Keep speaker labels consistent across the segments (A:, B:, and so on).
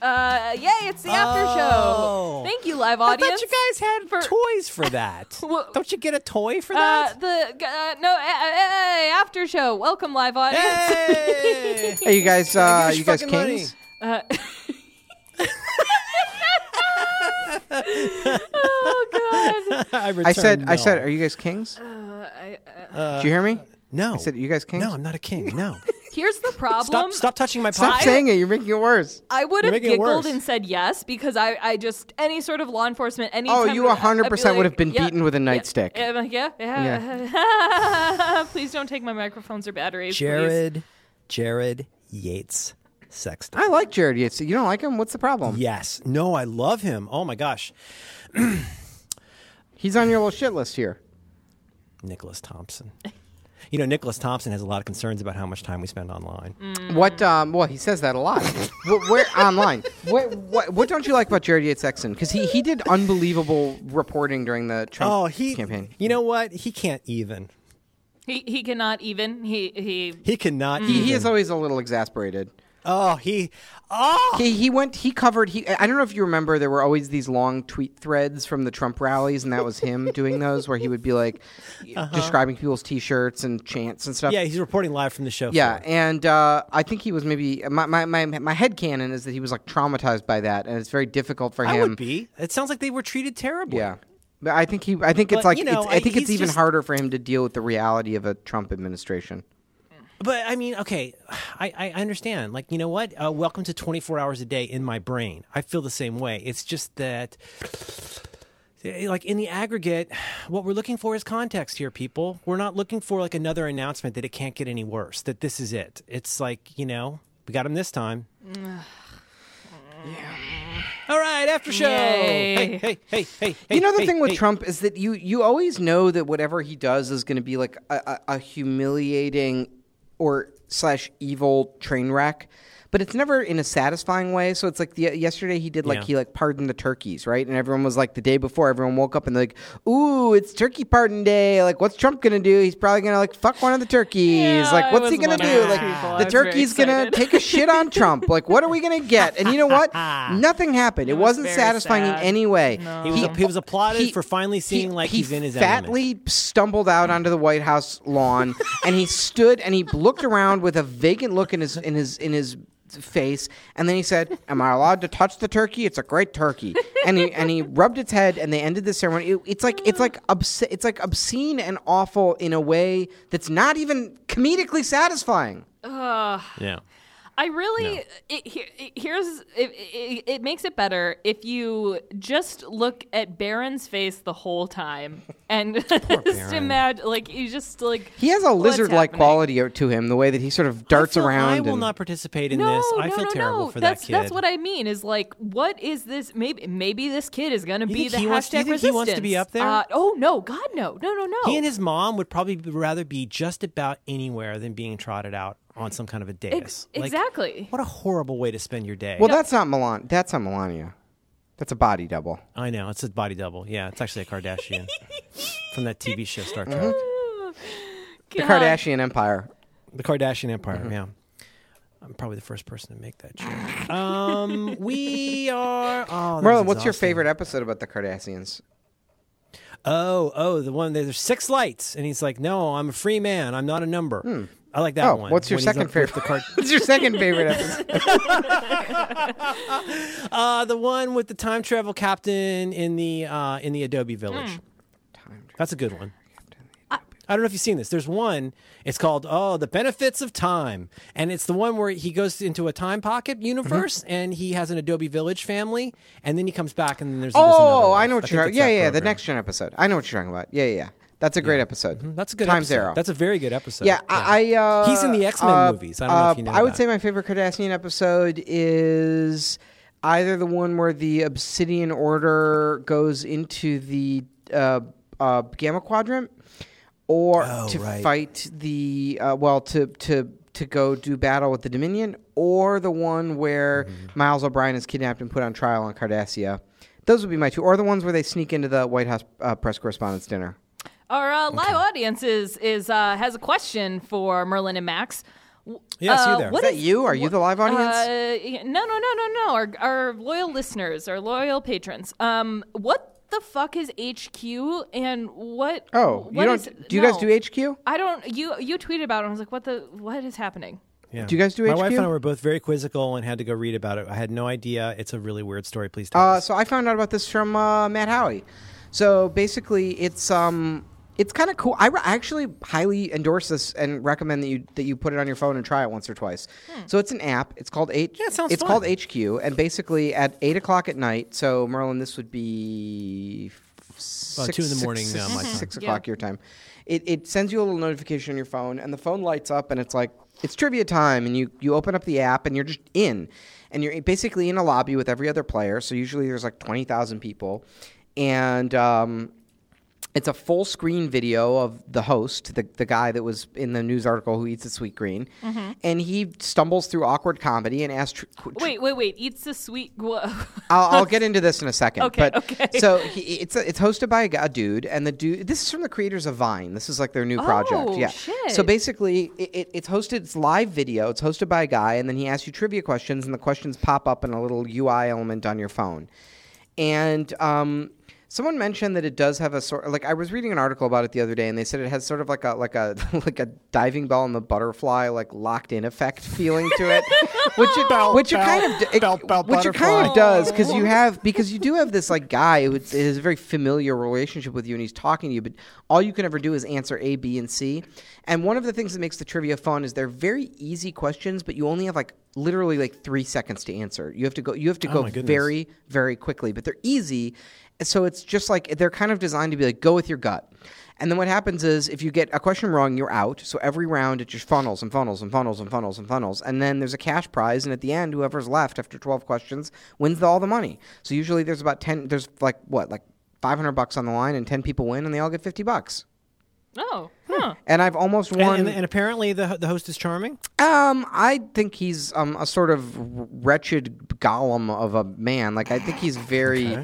A: Uh, yay! It's the after
B: Oh.
A: show. Thank you, live
B: I
A: audience.
B: thought you guys had
A: for-
B: toys for that.
A: Well-
B: Don't you get a toy for
A: Uh,
B: that?
A: the uh, no uh, uh, after show. Welcome, live audience.
B: hey!
C: Are you guys? Uh,
B: us
C: you guys
B: fucking money.
C: kings?
A: Uh, oh God!
C: I said.
B: returned
C: I
B: no.
C: said. Are you guys kings?
A: I, uh,
C: Did you hear me?
B: no.
C: I said, "You guys kings?"
B: No, I'm not a king. No.
A: here's the problem.
B: stop, stop touching my
C: Stop
B: pocket.
C: saying it. You're making it worse.
A: I would have
B: You're making it
A: giggled
B: worse.
A: and said yes because I, I just any sort of law enforcement any.
C: Oh,
A: time
C: you
A: would- I'd be
C: 100% would have been
A: yeah,
C: beaten with a
A: yeah,
C: nightstick.
A: Yeah, I'm like, yeah, yeah. please don't take my microphones or batteries, please.
B: Jared, Jared Yates Sexton.
C: I like Jared Yates. You don't like him? What's the problem?
B: Yes. No, I love him. Oh my gosh.
C: He's on your little shit list here.
B: Nicholas Thompson. You know, Nicholas Thompson has a lot of concerns about how much time we spend online.
C: What? Um, well, he says that a lot. where, where online? Where, what? What don't you like about Jared Yates Sexton? Because he he did unbelievable reporting during the Trump
B: Oh, he.
C: campaign.
B: You know what? He can't even.
A: He he cannot even he he.
B: He cannot
C: He,
B: even.
C: he is always a little exasperated.
B: oh, he. Oh.
C: He, he went. He covered. He. I don't know if you remember. There were always these long tweet threads from the Trump rallies, and that was him doing those, where he would be like describing people's T-shirts and chants and stuff.
B: Uh-huh. Yeah, he's reporting live from the show.
C: Yeah,
B: floor.
C: and uh, I think he was maybe my my my, my head canon is that he was like traumatized by that, and it's very difficult for
B: I
C: him.
B: would be. It sounds like they were treated terribly.
C: Yeah. But I think he. I think it's
B: But,
C: like.
B: you know,
C: it's, I
B: I-
C: think it's
B: he's
C: even
B: just-
C: harder for him to deal with the reality of a Trump administration.
B: But I mean, okay, I, I I understand. Like, you know what? Uh, welcome to 24 hours a day in my brain. I feel the same way. It's just that, eh, like, in the aggregate, what we're looking for is context here, people. We're not looking for, like, another announcement that it can't get any worse, that this is it. It's like, you know, we got him this time. All right, after show.
A: Yay.
B: Hey, hey, hey, hey, hey.
C: you know the
B: hey,
C: thing with
B: hey.
C: Trump is that you you always know that whatever he does is going to be like a, a, a humiliating or slash evil train wreck, but it's never in a satisfying way. So it's like the, yesterday he did like
B: Yeah.
C: he like pardoned the turkeys, right? And everyone was like the day before everyone woke up and they're like, "Ooh, it's turkey pardon day! Like, what's Trump going to do? He's probably going to like fuck one of the turkeys.
A: Yeah, I
C: like, what's he
A: was one
C: going to
A: of
C: do?
A: those
C: Like,
A: people. I
C: the
A: was very
C: turkey's going
A: excited.
C: to take a shit on Trump. Like, what are we going to get? And you know what? Nothing happened. It, was not
A: very
C: satisfying in
A: sad.
C: any way.
A: No.
B: He was, he was applauded
C: he-
B: for finally seeing like
C: he
B: he's in his
C: fatly
B: element.
C: stumbled out onto the White House lawn, and he stood and he looked around with a vacant look in his in his in his face, and then he said, "Am I allowed to touch the turkey? It's a great turkey." And he and he rubbed its head, and they ended the ceremony. It- it's like it's like obs- it's like obscene and awful in a way that's not even comedically satisfying.
B: Yeah.
A: I really
B: No.
A: it, he- it, here's it, it, it makes it better if you just look at Baron's face the whole time and just imagine like you just like
C: He has a
A: what's
C: lizard-like
A: happening.
C: quality to him, the way that he sort of darts
B: I feel-
C: around.
B: I will
C: and-
B: not participate in
A: No,
B: this. I
A: no,
B: feel
A: no,
B: terrible
A: no.
B: for
A: that's,
B: that kid.
A: That's what I mean. Is like, what is this? Maybe, maybe this kid is gonna
B: You
A: be
B: think
A: the
B: he
A: hashtag
B: wants- you think he wants to be
A: resistance.
B: up there?
A: Uh, oh no, God no, no, no, no.
B: He and his mom would probably be- rather be just about anywhere than being trotted out on some kind of a dais.
A: Ex- exactly.
B: What a horrible way to spend your day.
C: Well, that's not Milan. That's not Melania. That's a body double.
B: I know it's a body double. Yeah, it's actually a Kardashian from that TV show Star
C: Mm-hmm.
B: Trek,
C: The
A: God.
C: Kardashian Empire.
B: the Kardashian Empire.
C: Mm-hmm.
B: Yeah. I'm probably the first person to make that joke. Um, we are. Oh, that
C: Merlin,
B: was
C: what's your
B: exhausting.
C: favorite episode about the Kardashians?
B: Oh, oh, the one there's six lights, and he's like, "No, I'm a free man. I'm not a number." I like that
C: Oh,
B: one.
C: what's your
B: when he's
C: second
B: up with
C: favorite? what's your second favorite episode?
B: Uh, the one with the time travel captain in the uh, in the Adobe Village. That's a good one. I don't know if you've seen this. There's one. It's called "Oh, the Benefits of Time," and it's the one where he goes into a time pocket
C: Mm-hmm.
B: universe, and he has an Adobe Village family, and then he comes back, and then there's. there's another
C: Oh,
B: one.
C: I know what
B: think
C: you're.
B: it's
C: Yeah,
B: that
C: yeah, the
B: program.
C: next gen episode. I know what you're talking about. Yeah, yeah, yeah. That's a great episode.
B: Mm-hmm. That's a good
C: Time
B: episode.
C: Zero.
B: That's a very good episode.
C: yeah, I. I uh,
B: He's in the X-Men
C: uh,
B: movies. I don't know if you know
C: uh, I would
B: that.
C: say my favorite Kardashian episode is either the one where the Obsidian Order goes into the uh, uh, Gamma Quadrant, or to
B: Oh, right.
C: fight the uh, well to to to go do battle with the Dominion, or the one where
B: Mm-hmm.
C: Miles O'Brien is kidnapped and put on trial on Cardassia. Those would be my two, or the ones where they sneak into the White House uh, press correspondence dinner.
A: Our uh, live audience is, is uh, has a question for Merlin and Max.
B: Yeah, it's you
A: Uh,
B: there.
A: what
C: Is that you? Are you the live audience?
A: Uh, yeah, no, no, no, no, no. Our, our loyal listeners, our loyal patrons. Um, what the fuck is HQ and what?
C: oh,
A: what
C: you don't.
A: is-
C: do you
A: no.
C: guys do HQ?
A: I don't. You you tweeted about it. And I was like, what the? What is happening?
B: Yeah.
C: Do you guys do
B: My
C: HQ?
B: wife and I were both very quizzical and had to go read about it. I had no idea. It's a really weird story. Please tell
C: Uh,
B: us.
C: so I found out about this from uh, Matt Howie. So basically, it's um, it's kind of cool. I re- I actually highly endorse this and recommend that you that you put it on your phone and try it once or twice. So it's an app. It's called H.
B: Hmm. Yeah, it sounds
C: It's
B: fun.
C: called HQ, and basically at eight o'clock at night. So Merlin, this would be. f-
B: About
C: six-
B: two in the
C: six-
B: morning,
C: six-
B: uh, my time.
C: six
A: Yeah.
C: o'clock your time. It, it sends you a little notification on your phone, and the phone lights up, and it's like it's trivia time, and you you open up the app, and you're just in, and you're basically in a lobby with every other player. So usually there's like twenty thousand people, and um, it's a full screen video of the host, the, the guy that was in the news article who eats a sweet green, and he stumbles through awkward comedy and asks. Tr- qu- tr-
A: Mm-hmm. Wait, wait, wait. Eats the sweet. Whoa.
C: I'll, I'll get into this in a second.
A: Okay,
C: but
A: okay.
C: So he, it's it's hosted by a, g- a dude, and the dude. This is from the creators of Vine. This is like their new project.
A: Oh,
C: Yeah.
A: shit.
C: So basically, it, it, it's hosted. It's live video. It's hosted by a guy, and then he asks you trivia questions, and the questions pop up in a little UI element on your phone. And um, someone mentioned that it does have a sort. Like I was reading an article about it the other day, and they said it has sort of like a like a like a diving bell and the butterfly like locked in effect feeling to it, which it which it
B: bell,
C: kind of d- it-
B: bell, bell,
C: which it kind
B: butterfly.
C: of does does because you have because you do have this like guy who is- has a very familiar relationship with you and he's talking to you, but all you can ever do is answer A, B, and C. And one of the things that makes the trivia fun is they're very easy questions, but you only have like literally like three seconds to answer. You have to go. You have to go
B: Oh my goodness.
C: very very quickly, but they're easy. So it's just like they're kind of designed to be like go with your gut. And then what happens is if you get a question wrong, you're out. So every round it just funnels and funnels and funnels and funnels and funnels. And then there's a cash prize, and at the end, whoever's left after 12 questions wins the, all the money. So usually there's about 10, there's like what, like 500 bucks on the line, and 10 people win, and they all get 50 bucks.
A: Oh, huh.
C: And I've almost
B: And-
C: won.
B: and, and apparently the the host is charming.
C: Um, I think he's um a sort of wretched golem of a man. Like I think he's very,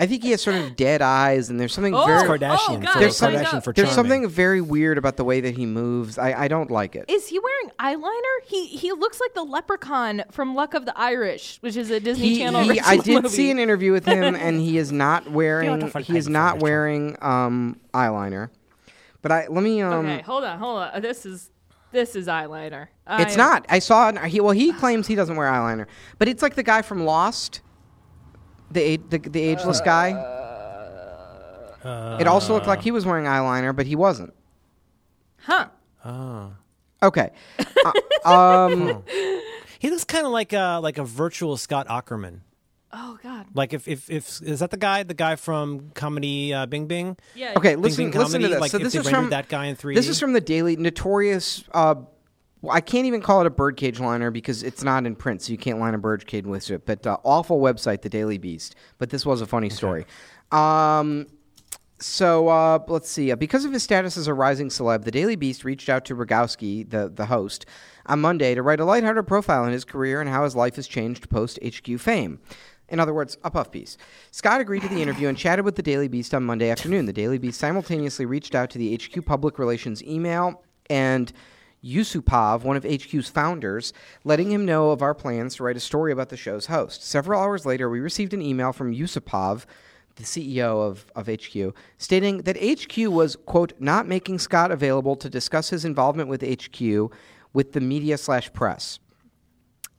C: I think he has sort of dead eyes, and there's something
A: Oh,
C: very
A: Kardashian.
B: Kardashian.
A: God,
B: for,
C: there's some-
B: Kardashian for
C: there's
B: charming.
C: something very weird about the way that he moves. I, I don't like it.
A: Is he wearing eyeliner? He he looks like the leprechaun from Luck of the Irish, which is a Disney
C: He,
A: Channel.
C: he-
A: original
C: I did
A: movie.
C: see an interview with him, and he is not wearing
B: fuck
C: he is
B: I'm
C: not
B: from
C: wearing um eyeliner. But I let me um.
A: okay, hold on, hold on. This is this is eyeliner. I
C: It's
A: am-
C: not. I saw. An, he well, he claims he doesn't wear eyeliner, but it's like the guy from Lost, the a- the, the ageless guy. it also looked like he was wearing eyeliner, but he wasn't.
A: Huh.
C: Okay. Uh, um,
B: He looks kind of like a like a virtual Scott Ackerman.
A: Oh God.
B: Like if if if is that the guy the guy from comedy uh, Bing Bing?
A: Yeah.
C: okay,
A: yeah.
B: Bing
C: listen,
B: Bing
C: listen to
B: comedy,
C: this.
B: like
C: so
B: if
C: this
B: they
C: is
B: rendered
C: from
B: that guy in
C: This
B: 3D.
C: is from the Daily Notorious. Uh, well, I can't even call it a birdcage liner because it's not in print, so you can't line a birdcage with it. But uh, awful website, the Daily Beast. But this was a funny story. Um, So uh, let's see. Uh, because of his status as a rising celeb, the Daily Beast reached out to Rogowski, the, the host, on Monday to write a lighthearted profile on his career and how his life has changed post HQ fame. In other words, a puff piece. Scott agreed to the interview and chatted with the Daily Beast on Monday afternoon. The Daily Beast simultaneously reached out to the HQ public relations email and Yusupov, one of HQ's founders, letting him know of our plans to write a story about the show's host. Several hours later, we received an email from Yusupov, the CEO of, of HQ, stating that HQ was, quote, not making Scott available to discuss his involvement with HQ with the media slash press.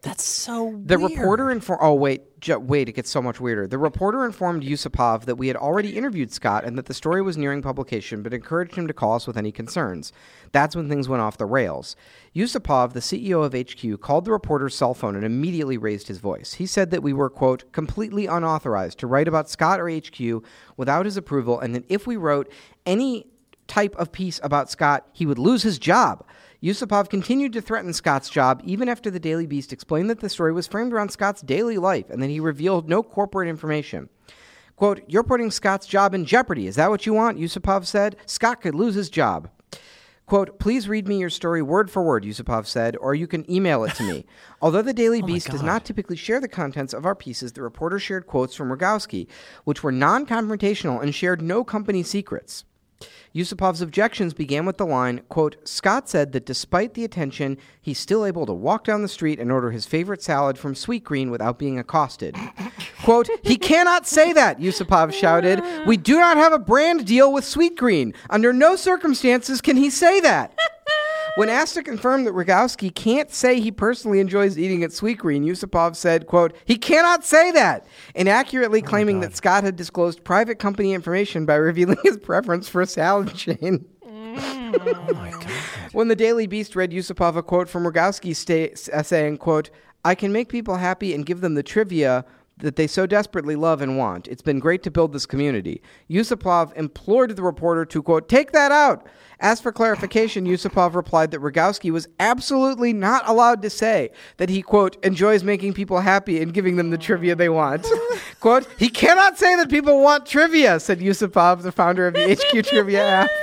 B: That's so
C: The
B: weird.
C: reporter informed. Oh wait, ju- wait! It gets so much weirder. The reporter informed Yusupov that we had already interviewed Scott and that the story was nearing publication, but encouraged him to call us with any concerns. That's when things went off the rails. Yusupov, the CEO of HQ, called the reporter's cell phone and immediately raised his voice. He said that we were quote completely unauthorized to write about Scott or HQ without his approval, and that if we wrote any type of piece about Scott, he would lose his job. Yusupov continued to threaten Scott's job even after the Daily Beast explained that the story was framed around Scott's daily life and that he revealed no corporate information. Quote, You're putting Scott's job in jeopardy. Is that what you want? Yusupov said. Scott could lose his job. Quote, please read me your story word for word, Yusupov said, or you can email it to me. Although the Daily Beast does not typically share the contents of our pieces, the reporter shared quotes from Rogowski, which were non confrontational and shared no company secrets. Yusupov's objections began with the line, quote, Scott said that despite the attention, he's still able to walk down the street and order his favorite salad from Sweetgreen without being accosted. quote, he cannot say that, Yusupov shouted. We do not have a brand deal with Sweetgreen. Under no circumstances can he say that. When asked to confirm that Rogowski can't say he personally enjoys eating at Sweetgreen, Yusupov said, quote, he cannot say that, inaccurately claiming that Scott had disclosed private company information by revealing his preference for a salad chain.
B: Oh my god.
C: When the Daily Beast read Yusupov a quote from Rogowski sta- s- uh, saying, quote, I can make people happy and give them the trivia that they so desperately love and want. It's been great to build this community. Yusupov implored the reporter to, quote, take that out. As for clarification, Yusupov replied that Rogowski was absolutely not allowed to say that he, quote, enjoys making people happy and giving them the trivia they want. quote, he cannot say that people want trivia, said Yusupov, the founder of the HQ Trivia app.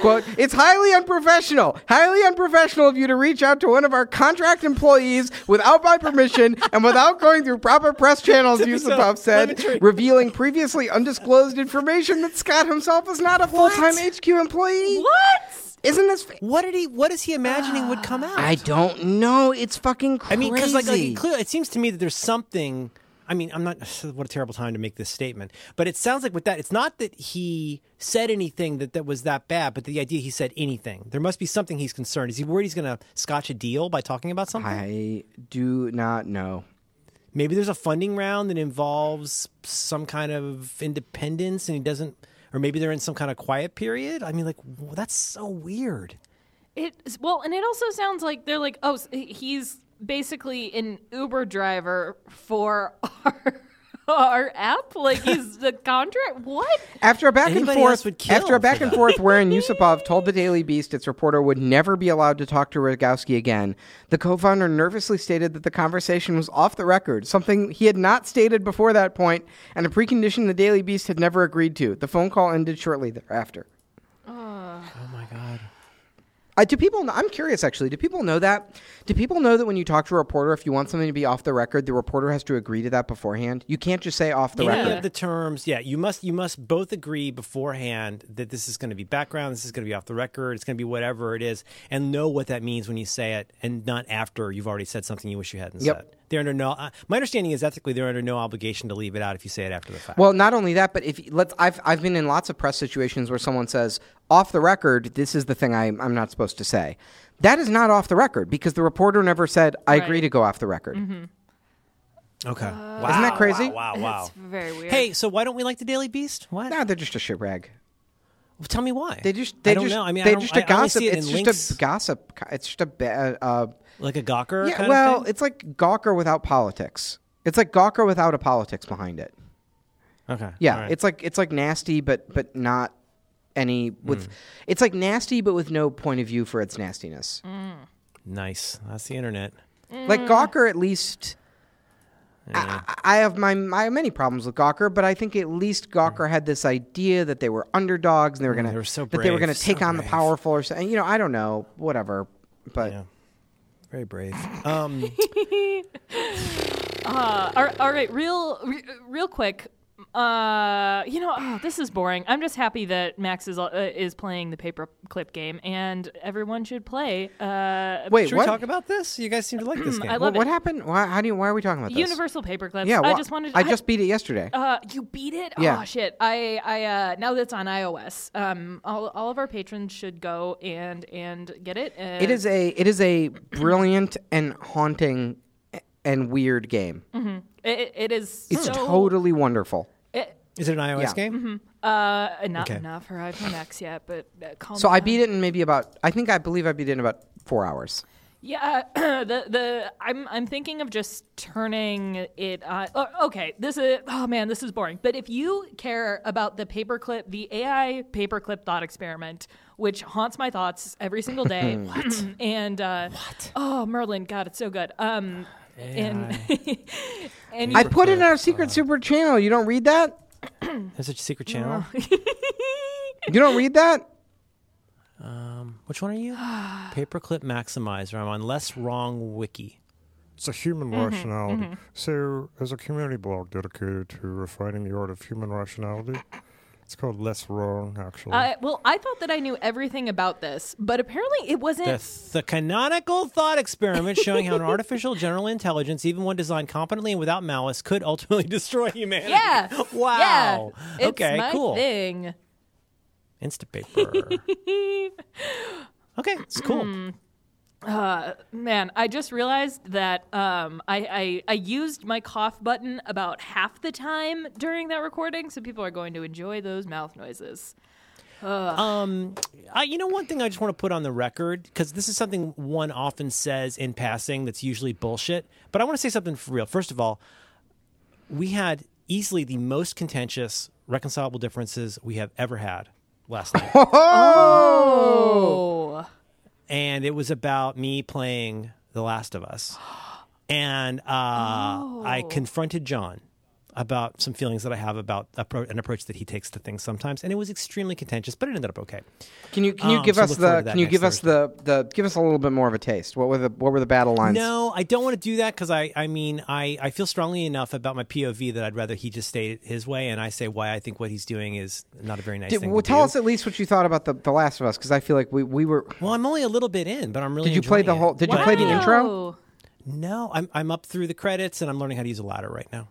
C: Quote, it's highly unprofessional, highly unprofessional of you to reach out to one of our contract employees without my permission and without going through proper press channels, Yusupov said, revealing previously undisclosed information that Scott himself is not a full time HQ employee.
A: What?
C: Isn't this. Fa-
B: What did he? What is he imagining would come out?
C: I don't know. It's fucking crazy.
B: I mean, because like, like clearly, it seems to me that there's something. I mean, I'm not. What a terrible time to make this statement. But it sounds like with that, it's not that he said anything that, that was that bad, but the idea he said anything. There must be something he's concerned. Is he worried he's going to scotch a deal by talking about something?
C: I do not know.
B: Maybe there's a funding round that involves some kind of independence, and he doesn't. Or maybe they're in some kind of quiet period. I mean, like w that's so weird.
A: It well, and it also sounds like they're like, oh, s- he's basically an Uber driver for our our app. Like he's the contract. What?
C: After a back
B: Anybody
C: and forth,
B: else would kill
C: after a back
B: for
C: and
B: that.
C: forth, wherein Yusupov told the Daily Beast its reporter would never be allowed to talk to Rogowski again, the co-founder nervously stated that the conversation was off the record, something he had not stated before that point, and a precondition the Daily Beast had never agreed to. The phone call ended shortly thereafter.
B: Oh my god.
C: Uh, do people? Know, I'm curious, actually. Do people know that? Do people know that when you talk to a reporter, if you want something to be off the record, the reporter has to agree to that beforehand? You can't just say off the
B: Any
C: record.
B: of the terms, yeah, you must you must both agree beforehand that this is going to be background, this is going to be off the record, it's going to be whatever it is, and know what that means when you say it, and not after you've already said something you wish you hadn't
C: Yep.
B: said. They're under no. Uh, my understanding is ethically they're under no obligation to leave it out if you say it after the fact.
C: Well, not only that, but if let's, I've I've been in lots of press situations where someone says off the record, this is the thing I, I'm not supposed to say. That is not off the record because the reporter never said I agree
A: Right.
C: to go off the record.
B: Mm-hmm. okay, Uh, wow,
C: Isn't that crazy?
B: Wow, wow.
A: That's
B: wow.
A: very weird.
B: Hey, so why don't we like the Daily Beast? What?
C: No, they're just a shit rag.
B: Well, Tell me why.
C: They just they
B: I don't
C: just
B: know. I mean, I
C: they're
B: don't,
C: just
B: I
C: a
B: I only
C: gossip.
B: see it in
C: It's
B: links,
C: just a gossip. co- It's just a ba- uh, uh,
B: like a Gawker.
C: yeah.
B: kind
C: Well,
B: of thing?
C: it's like Gawker without politics. It's like Gawker without a politics behind it.
B: okay.
C: Yeah,
B: all right.
C: it's like it's like nasty, but but not any with.
B: Hmm.
C: It's like nasty, but with no point of view for its
B: Hmm.
C: nastiness.
B: nice. That's the internet.
C: Like
B: Mm.
C: Gawker, at least. I, I I have my I have many problems with Gawker, but I think at least Gawker had this idea that they were underdogs and they were gonna
B: Mm. they were so
C: that they were
B: brave,
C: gonna
B: so
C: take on the
B: brave.
C: powerful or something. You know, I don't know, whatever. But
B: Yeah. Very brave. Um,
A: Uh, all, all right, real, re- real quick. Uh, you know, oh, this is boring. I'm just happy that Max is uh, is playing the paperclip game, and everyone should play. Uh,
C: wait,
B: should
C: what?
B: we talk about this? You guys seem to like this game.
A: I
C: Wha-
A: love
C: what
A: it.
C: happened? Why? How do you? Why are we talking about this?
A: Universal paperclips.
C: Yeah,
A: I
C: wha-
A: just wanted.
C: I just beat it yesterday.
B: Oh,
A: Uh, you beat it.
C: Yeah.
A: Oh shit! I, I uh, now that it's on iOS, um, all, all of our patrons should go and and get it. And
C: It is a it is a brilliant and haunting a- and weird game.
B: Mm-hmm.
A: It, it is.
C: It's
A: so,
C: totally wonderful.
A: It,
B: Is it an iOS
C: Yeah.
B: game?
A: uh, not
B: Okay.
A: not for iPhone X yet, but uh, calm
B: Oh
C: So I
A: down.
C: beat it in maybe about I think I believe I beat it in about four hours.
A: Yeah, the the I'm I'm thinking of just turning it on. Oh, okay, this is oh man, this is boring. But if you care about the paperclip, the AI paperclip thought experiment, which haunts my thoughts every single day, what? and uh, what? Oh, Merlin, God, it's so good. Um, and and
C: I put it in our secret
B: Uh-huh.
C: super channel. You don't read that?
B: There's such a secret channel.
C: You don't read that?
B: Which one are you? Paperclip Maximizer. I'm on Less Wrong Wiki.
D: It's a human rationality. So, as a community blog dedicated to refining the art of human rationality, It's called Less Wrong, actually.
A: Uh, well, I thought that I knew everything about this, but apparently it wasn't.
B: The, the canonical thought experiment showing how an artificial general intelligence, even when designed competently and without malice, could ultimately destroy humanity.
A: Yeah.
B: Wow.
A: Yeah. It's
B: okay.
A: my
B: cool.
A: Thing.
B: Instapaper. okay. It's
A: Hmm.
B: cool.
A: Man, I just realized that um, I, I I used my cough button about half the time during that recording, so people are going to enjoy those mouth noises.
B: um, I, you know, one thing I just want to put on the record because this is something one often says in passing that's usually bullshit. But I want to say something for real. First of all, we had easily the most contentious reconcilable differences we have ever had last night.
A: Oh,
B: and it was about me playing The Last of Us. And uh, I confronted John about some feelings that I have about appro- an approach that he takes to things sometimes, and it was extremely contentious, but it ended up okay.
C: Can you can you
B: Um,
C: give
B: so
C: us
B: look forward
C: the
B: to that
C: can you
B: next
C: give us the the give us a little bit more of a taste? What were the what were the battle lines?
B: No, I don't want to do that because I, I mean, I, I feel strongly enough about my POV that I'd rather he just stay his way, and I say why I think what he's doing is not a very nice
C: Did-
B: thing.
C: well,
B: to
C: tell
B: do.
C: us at least what you thought about the the Last of Us because I feel like we we were
B: Well, I'm only a little bit in, but I'm really.
C: Did you play
B: enjoying
C: the
B: it.
C: whole- did you
B: But-
C: play the intro?
A: Wow.
B: No, I'm I'm up through the credits, and I'm learning how to use a ladder right now.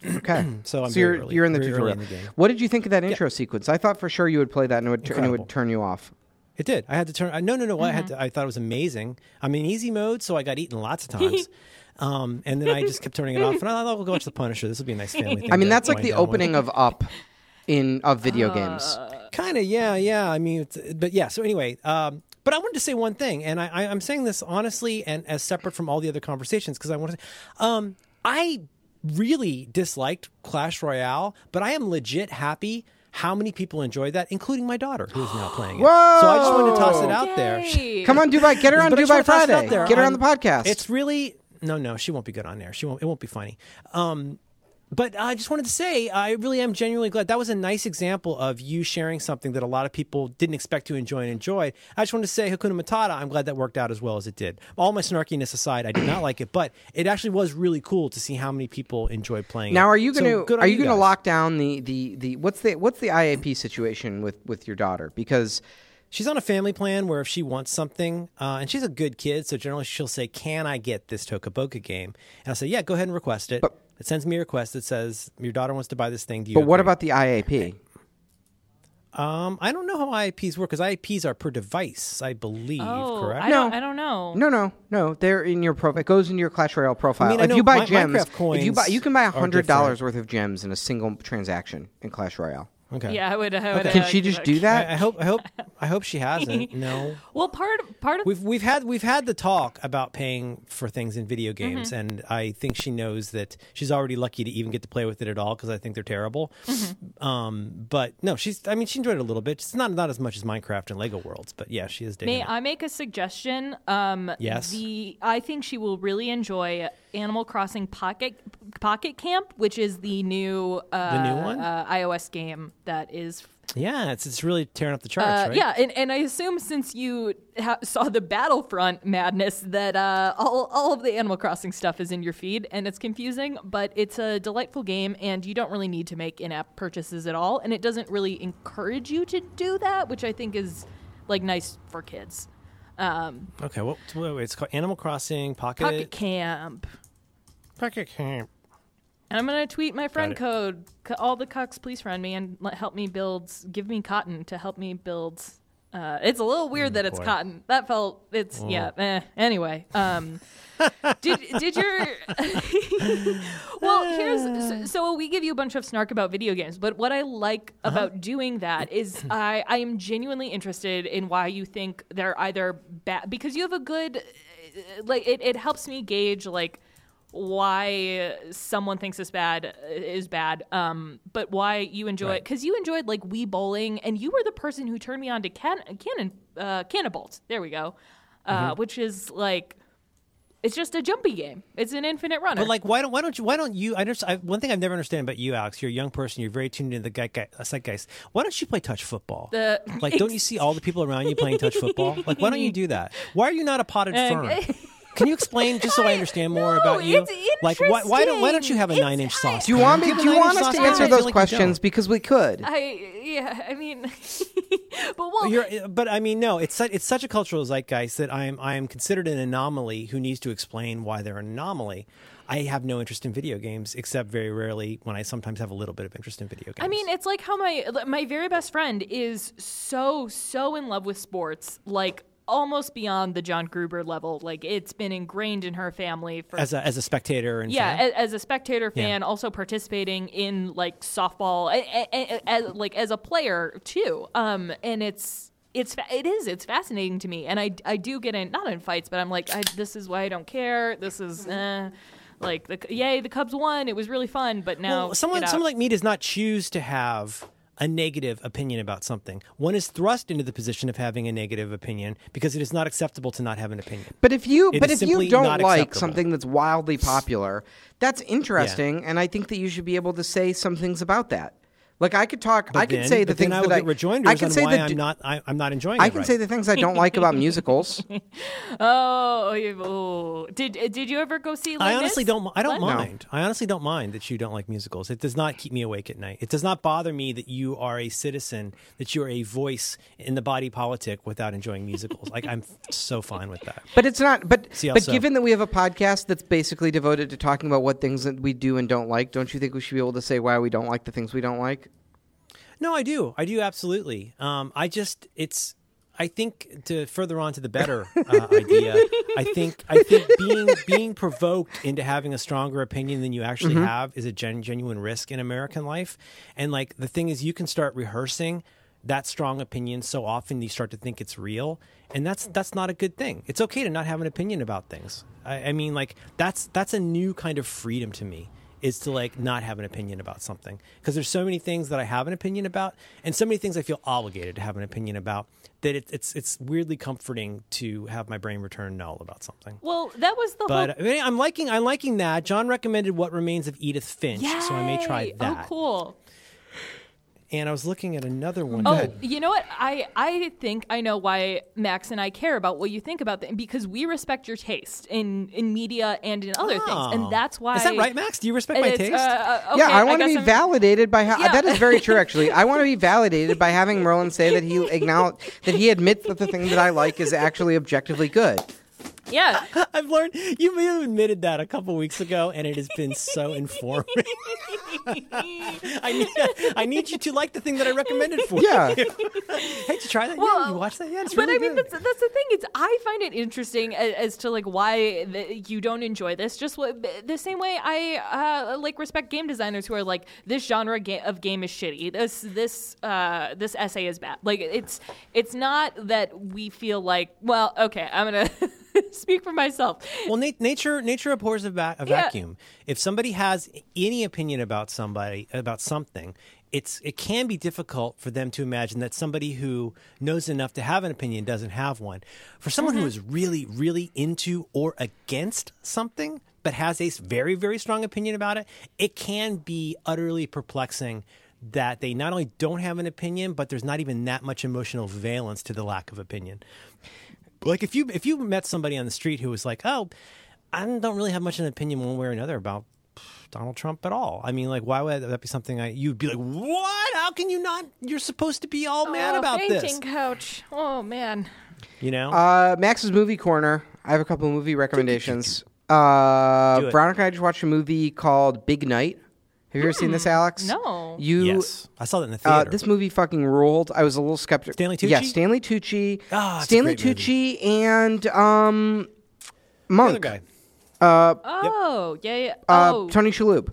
C: okay.
B: So I'm
C: so
B: very
C: you're
B: early-
C: you're in the
B: very early
C: tutorial.
B: in the game.
C: What did you think of that intro sequence? I thought for sure you would play that and it would tu- and it
B: Incredible.
C: would turn you off.
B: It did. I had to turn. I, no, no, no. I had. To, I thought it was amazing. I'm in easy mode, so I got eaten lots of times. um, and then I just kept turning it off. And I thought, we'll go watch The Punisher. This will be a nice family thing.
C: I mean, that's like the opening of Up in of video games.
B: Kind of. Yeah, yeah. I mean, it's, but yeah. So anyway, um, but I wanted to say one thing, and I, I, I'm saying this honestly and as separate from all the other conversations because I want to. Um, I really disliked Clash Royale, but I am legit happy. How many people enjoyed that, including my daughter, who's now playing it. So I just wanted to toss it out there.
A: Yay.
C: Come on, Dubai, get her on
B: But I just
C: Dubai
B: wanna toss it out
C: Friday.
B: there.
C: Get her on the
B: I'm-
C: podcast.
B: It's really no, no. She won't be good on there. She won't. It won't be funny. Um, but I just wanted to say I really am genuinely glad. That was a nice example of you sharing something that a lot of people didn't expect to enjoy and enjoyed. I just wanted to say Hakuna Matata. I'm glad that worked out as well as it did. All my snarkiness aside, I did not like it, but it actually was really cool to see how many people enjoyed playing.
C: Now,
B: it.
C: are you
B: So
C: going to
B: good on
C: are you, going to
B: guys.
C: lock down the, the the what's the what's the IAP situation with with your daughter? Because
B: She's on a family plan where if she wants something, uh, and she's a good kid, so generally she'll say, "Can I get this Tokaboka game?" And I'll say, "Yeah, go ahead and request it." it sends me a request that says, "Your daughter wants to buy this thing." Do you?
C: but what
B: agree?"
C: about the IAP?
B: Um, I don't know how IPs work because IPs are per device, I believe.
A: Oh,
B: correct.
A: I don't, I don't know.
C: No, no, no. They're in your profile. It goes in your Clash Royale profile.
B: I mean, I
C: if
B: know
C: you buy
B: Mi-
C: gems,
B: Minecraft
C: if you buy,
B: coins
C: you can buy
B: are
C: hundred dollars worth of gems in a single transaction in Clash Royale.
B: okay.
A: Yeah, I would. I would
C: Can
A: uh,
C: she
A: give
C: just
A: a-
C: do
B: I, I
C: that?
B: hope. I hope. I hope she hasn't. No.
A: Well, part part of
B: We've we've had we've had the talk about paying for things in video
A: Mm-hmm.
B: games, and I think she knows that she's already lucky to even get to play with it at all because I think they're terrible.
A: Mm-hmm.
B: Um, but no, she's I mean she enjoyed it a little bit. It's not not as much as Minecraft and Lego Worlds, but yeah, she is digging.
A: May
B: it.
A: I make a suggestion? Um,
B: Yes.
A: The I think she will really enjoy Animal Crossing Pocket Pocket Camp, which is the new uh,
B: The new one?
A: uh, iOS game that is.
B: yeah, it's it's really tearing up the charts,
A: Uh,
B: right?
A: Yeah, and, and I assume since you ha- saw the Battlefront madness, that uh, all all of the Animal Crossing stuff is in your feed, and it's confusing, but it's a delightful game, and you don't really need to make in-app purchases at all, and it doesn't really encourage you to do that, which I think is like nice for kids.
B: Okay. Well, wait, wait, it's called Animal Crossing Pocket.
A: Pocket Camp.
D: Pocket Camp.
A: And I'm gonna tweet my friend
B: it.
A: code. C- All the cucks, please friend me and let, help me build. Give me cotton to help me build. Uh, it's a little weird that it's
D: boy.
A: cotton. That felt it's yeah. Eh. Anyway, um, did did your well
B: Uh.
A: here's so, so we give you a bunch of snark about video games, but what I like
B: Uh-huh.
A: about doing that is I I am genuinely interested in why you think they're either bad because you have a good uh, like it, it helps me gauge like why someone thinks this bad uh, is bad um but why you enjoy it because you enjoyed like Wii bowling and you were the person who turned me on to can- cannon uh cannonbolt there we go uh
B: Mm-hmm.
A: which is like it's just a jumpy game it's an infinite runner
B: But like, why don't why don't you why don't you? I understand. I, one thing I've never understood about you, Alex. You're a young person. You're very tuned into the guy, guy, uh, zeitgeist. Why don't you play touch football?
A: The-
B: like, don't you see all the people around you playing touch football? Like, why don't you do that? Why are you not a potted fern? Can you explain just so I understand more
A: No,
B: about you?
A: it's
B: like why, why don't why don't
A: interesting.
B: you have a
A: It's-
B: nine inch sauce?
C: Do you want me? Do you want us to answer those questions?
B: questions?
C: Because we could.
A: I yeah, I mean, but well,
B: You're, but I mean, no. It's su- it's such a cultural zeitgeist that I am I am considered an anomaly who needs to explain why they're an anomaly. I have no interest in video games except very rarely when I sometimes have a little bit of interest in video games.
A: I mean, it's like how my my very best friend is so so in love with sports, like almost beyond the John Gruber level. Like it's been ingrained in her family for
B: as a as a spectator and
A: yeah,
B: fan.
A: a- as a spectator fan, also participating in like softball, a- a- a- as, like as a player too. Um, and it's it's fa- it is it's fascinating to me, and I I do get in not in fights, but I'm like I, this is why I don't care. This is.
B: Mm-hmm.
A: Eh. Like the yay, the Cubs won. It was really fun, but now
B: Well, someone
A: get out.
B: someone like me does not choose to have a negative opinion about something. One is thrust into the position of having a negative opinion because it is not acceptable to not have an opinion.
C: But if you
B: It
C: but
B: is
C: if you
B: simply
C: don't
B: not
C: like
B: acceptable.
C: something that's wildly popular, that's interesting, and I think that you should be able to say some things about that. Like I could talk, I could
B: then,
C: say the
B: but then
C: things
B: I
C: that
B: will
C: I
B: get rejoinders
C: I could
B: on
C: say
B: why
C: the
B: I'm
C: d-
B: not I, I'm not enjoying.
C: I
B: it
C: can
B: right.
C: say the things I don't like about musicals.
A: Oh, you- oh. did uh, did you ever go see? Linus?
B: I honestly don't. mi- I don't
A: What?
B: mind. I honestly don't mind that you don't like musicals. It does not keep me awake at night. It does not bother me that you are a citizen, that you are a voice in the body politic without enjoying musicals. like I'm so fine with that.
C: But it's not. But
B: See,
C: but
B: also-
C: given that we have a podcast that's basically devoted to talking about what things that we do and don't like, don't you think we should be able to say why we don't like the things we don't like?
B: No, I do. I do absolutely. Um, I just it's. I think to further on to the better uh, idea, I think I think being being provoked into having a stronger opinion than you actually have is a gen- genuine risk in American life. And like the thing is, you can start rehearsing that strong opinion so often you start to think it's real, and that's that's not a good thing. It's okay to not have an opinion about things. I, I mean, like that's that's a new kind of freedom to me is to like not have an opinion about something because there's so many things that I have an opinion about and so many things I feel obligated to have an opinion about that it, it's it's weirdly comforting to have my brain return null about something.
A: Well, that was the whole.
B: But I mean, I'm liking I'm liking that. John recommended What Remains of Edith Finch, so I may try
A: Yay!
B: that.
A: Oh, cool.
B: And I was looking at another one.
A: Oh,
B: that-
A: you know what? I I think I know why Max and I care about what you think about them because we respect your taste in in media and in other things,
B: Oh.
A: and that's why.
B: Is that right, Max? Do you respect my
A: it's,
B: taste?
A: uh, uh, okay,
C: yeah, I want to
A: guess
C: be
A: I'm-
C: validated by how
A: Yeah.
C: that is very true. Actually, I want to be validated by having Merlin say that he acknowledge that he admits that the thing that I like is actually objectively good.
A: Yeah,
B: I've learned you may have admitted that a couple weeks ago, and it has been so informative. I need I need you to like the thing that I recommended for
C: Yeah.
B: you. hey, did you try that? yeah,
A: Well,
B: you watch that? Yeah, it's
A: but
B: really
A: I mean,
B: good.
A: that's, that's the thing. It's I find it interesting as, as to like why th- you don't enjoy this. Just what, the same way I uh, like respect game designers who are like this genre ga- of game is shitty. This this uh, this essay is bad. Like it's it's not that we feel like well, okay, I'm gonna speak for myself.
B: well, na- nature nature abhors a, va- a
A: Yeah.
B: vacuum. If somebody has any opinion about somebody about something, it's it can be difficult for them to imagine that somebody who knows enough to have an opinion doesn't have one. For someone who is really really into or against something but has a s- very very strong opinion about it, it can be utterly perplexing. That they not only don't have an opinion, but there's not even that much emotional valence to the lack of opinion like if you if you met somebody on the street who was like, "Oh, I don't really have much of an opinion one way or another about Donald Trump at all." I mean, like, why would that be something I? You'd be like, "What? How can you not? You're supposed to be all mad
A: oh,
B: about
A: fainting
B: this."
A: couch. Oh man.
B: You know,
C: Uh, Max's movie corner. I have a couple movie recommendations. Uh,
B: Do it.
C: Veronica and I just watched a movie called Big Night. Have you ever seen this, Alex?
A: Hmm. No.
C: You.
B: yes, I saw that in the
C: Uh,
B: theater.
C: this movie fucking ruled. I was a little skeptical.
B: Stanley Tucci?
C: Yeah, Stanley Tucci.
B: Ah, it's a
C: Stanley
B: great movie.
C: Tucci and um,
B: The other
C: Monk.
B: guy.
A: Oh yeah. yeah.
C: Uh,
A: oh.
C: Tony Shalhoub.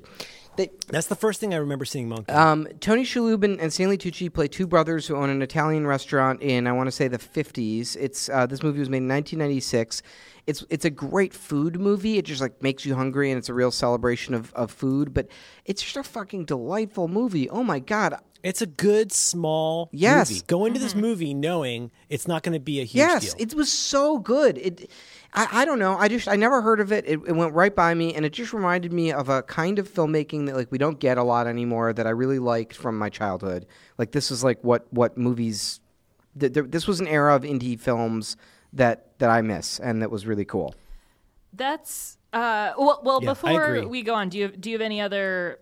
C: They,
B: That's the first thing I remember seeing Monk. in.
C: um, Tony Shalhoub and, and Stanley Tucci play two brothers who own an Italian restaurant in I want to say the fifties. It's uh, this movie was made in 1996. It's it's a great food movie. It just like makes you hungry and it's a real celebration of, of food. But it's just a fucking delightful movie. Oh my god.
B: it's a good small
C: Yes.
B: movie. Go into this movie knowing it's not going to be a huge
C: Yes,
B: deal.
C: it was so good. It, I, I don't know. I just I never heard of it. it. It went right by me, and it just reminded me of a kind of filmmaking that like we don't get a lot anymore. That I really liked from my childhood. Like this is like what what movies. Th- th- this was an era of indie films that that I miss, and that was really cool.
A: That's uh, well. Well,
B: Yeah, I agree.
A: before we go on, do you do you have any other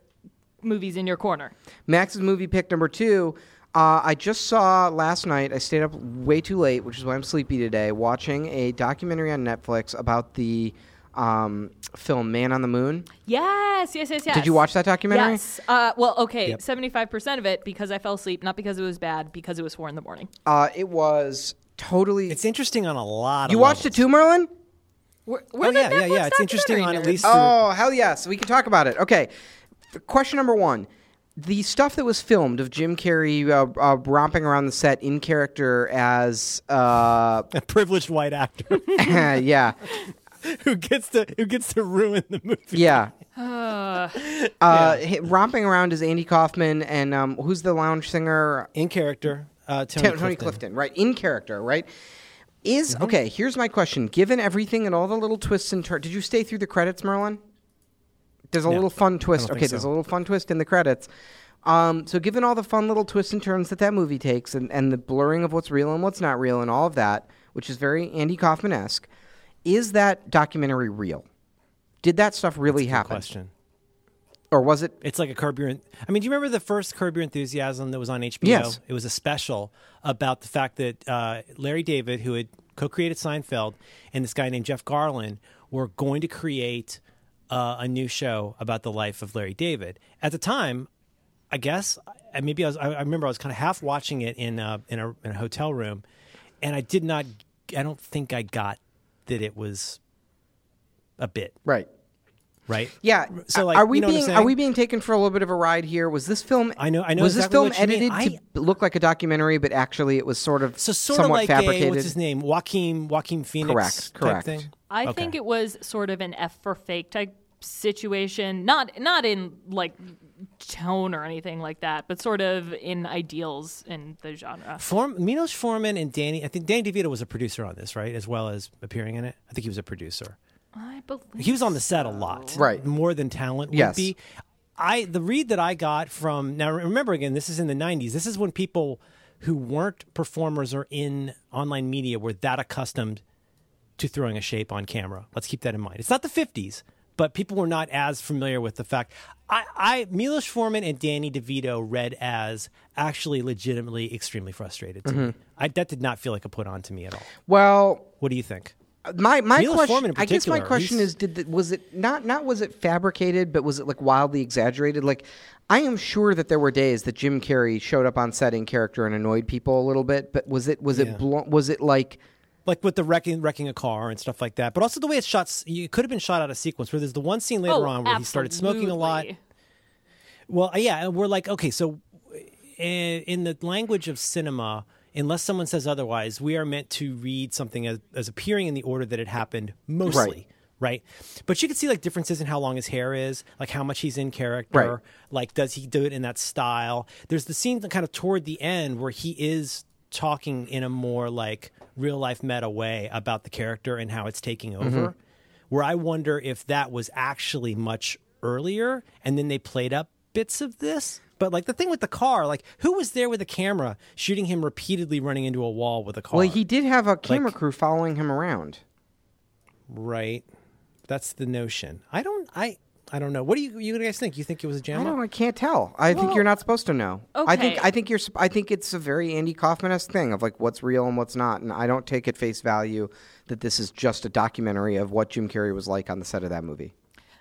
A: movies in your corner?
C: Max's movie pick number two. Uh, I just saw last night. I stayed up way too late, which is why I'm sleepy today. Watching a documentary on Netflix about the um, film Man on the Moon.
A: Yes, yes, yes, yes.
C: Did you watch that documentary?
A: Yes. Uh, well, okay,
B: Yep.
A: seventy-five percent of it because I fell asleep, not because it was bad, because it was four in the morning.
C: Uh, it was totally.
B: It's interesting on a lot.
C: you
B: of
C: watched
B: levels.
C: it too, Merlin?
A: We're,
B: Oh yeah, yeah, yeah. It's interesting on at least.
C: Oh hell yes, we can talk about it. Okay, question number one: the stuff that was filmed of Jim Carrey uh, uh, romping around the set in character as, uh,
B: a privileged white actor
C: yeah,
B: who gets to who gets to ruin the movie.
C: yeah.
A: Uh,
C: Uh, hi- Romping around as Andy Kaufman and um, who's the lounge singer?
B: In character, uh, Tony, Mm-hmm.
C: Tim- Tony, Clifton. right? In character, right? Is okay. Here's my question: Given everything and all the little twists and turns, did you stay through the credits, Merlin? There's a little fun twist.
B: think
C: Okay, there's
B: so.
C: a little fun twist in the credits. Um, so, given all the fun little twists and turns that that movie takes, and, and the blurring of what's real and what's not real, and all of that, which is very Andy Kaufman esque, is that documentary real? Did that stuff really happen,
B: Question.
C: or was it
B: It's like a Curb Your. En- I mean, do you remember the first Curb Your Enthusiasm that was on HBO?
C: Yes.
B: It was a special about the fact that uh, Larry David, who had co-created Seinfeld, and this guy named Jeff Garland were going to create uh, a new show about the life of Larry David. At the time, I guess, I- maybe I was. I, I remember I was kind of half watching it in a, in a in a hotel room, and I did not. I don't think I got that it was a bit
C: right?
B: right.
C: Yeah.
B: So,
C: So
B: like,
C: are we
B: you know what I'm
C: being are
B: saying?
C: we being taken for a little bit of a ride here? Was this film?
B: I know- I know
C: Was
B: exactly what
C: this
B: you
C: film
B: mean.
C: edited to b- look like a documentary, but actually it was sort of
B: So sort
C: somewhat
B: of like
C: fabricated?
B: a what's his name, Joaquin Joaquin Phoenix,
C: Correct,
B: type
C: correct.
B: thing?
A: I
B: Okay.
A: think it was sort of an F for fake type situation, not not in like tone or anything like that, but sort of in ideals in the genre.
B: Form, Minos Forman and Danny. I think Danny DeVito was a producer on this, right? As well as appearing in it. I think he was a producer.
A: I believe
B: He was on the set a lot,
C: Right.
B: More than talent would
C: Yes.
B: be. I the read that I got from now. Remember again, this is in the '90s. This is when people who weren't performers or in online media were that accustomed to throwing a shape on camera. Let's keep that in mind. It's not the 50s, but people were not as familiar with the fact. I, I Milos Forman and Danny DeVito read as actually legitimately extremely frustrated to
C: Mm-hmm.
B: me. I, that did not feel like a put on to me at all.
C: Well,
B: What do you think?
C: my my
B: Milos Forman
C: question.
B: in
C: I guess my
B: particular,
C: question
B: he's-
C: is: Did the, was it not not was it fabricated, but was it like wildly exaggerated? Like, I am sure that there were days that Jim Carrey showed up on set in character and annoyed people a little bit. But was it was it blo- was it like?
B: Like with the wrecking, wrecking a car and stuff like that, but also the way it's shot. s- It could have been shot out of sequence. Where there's the one scene later
A: Oh,
B: on where he started smoking a lot.
A: absolutely.
B: Well, uh, yeah, and we're like, okay, so in, in the language of cinema, unless someone says otherwise, we are meant to read something as, as appearing in the order that it happened mostly. Right. but you can see like differences in how long his hair is, like how much he's in character,
C: Right.
B: like does he do it in that style? There's the scene that kind of toward the end where he is talking in a more like real life meta way about the character and how it's taking
C: Mm-hmm.
B: over. Where I wonder if that was actually much earlier and then they played up bits of this. But like the thing with the car, like who was there with a camera shooting him repeatedly running into a wall with a car?
C: Well, he did have a camera crew following him around.
B: right. That's the notion. I don't I I don't know. What do you you guys think? You think it was a
C: I
B: jam?
C: don't. I can't tell. I think you're not supposed to know. I
A: okay.
C: think. I think you're. sup- I think it's a very Andy Kaufman-esque thing of like what's real and what's not, and I don't take at face value that this is just a documentary of what Jim Carrey was like on the set of that movie.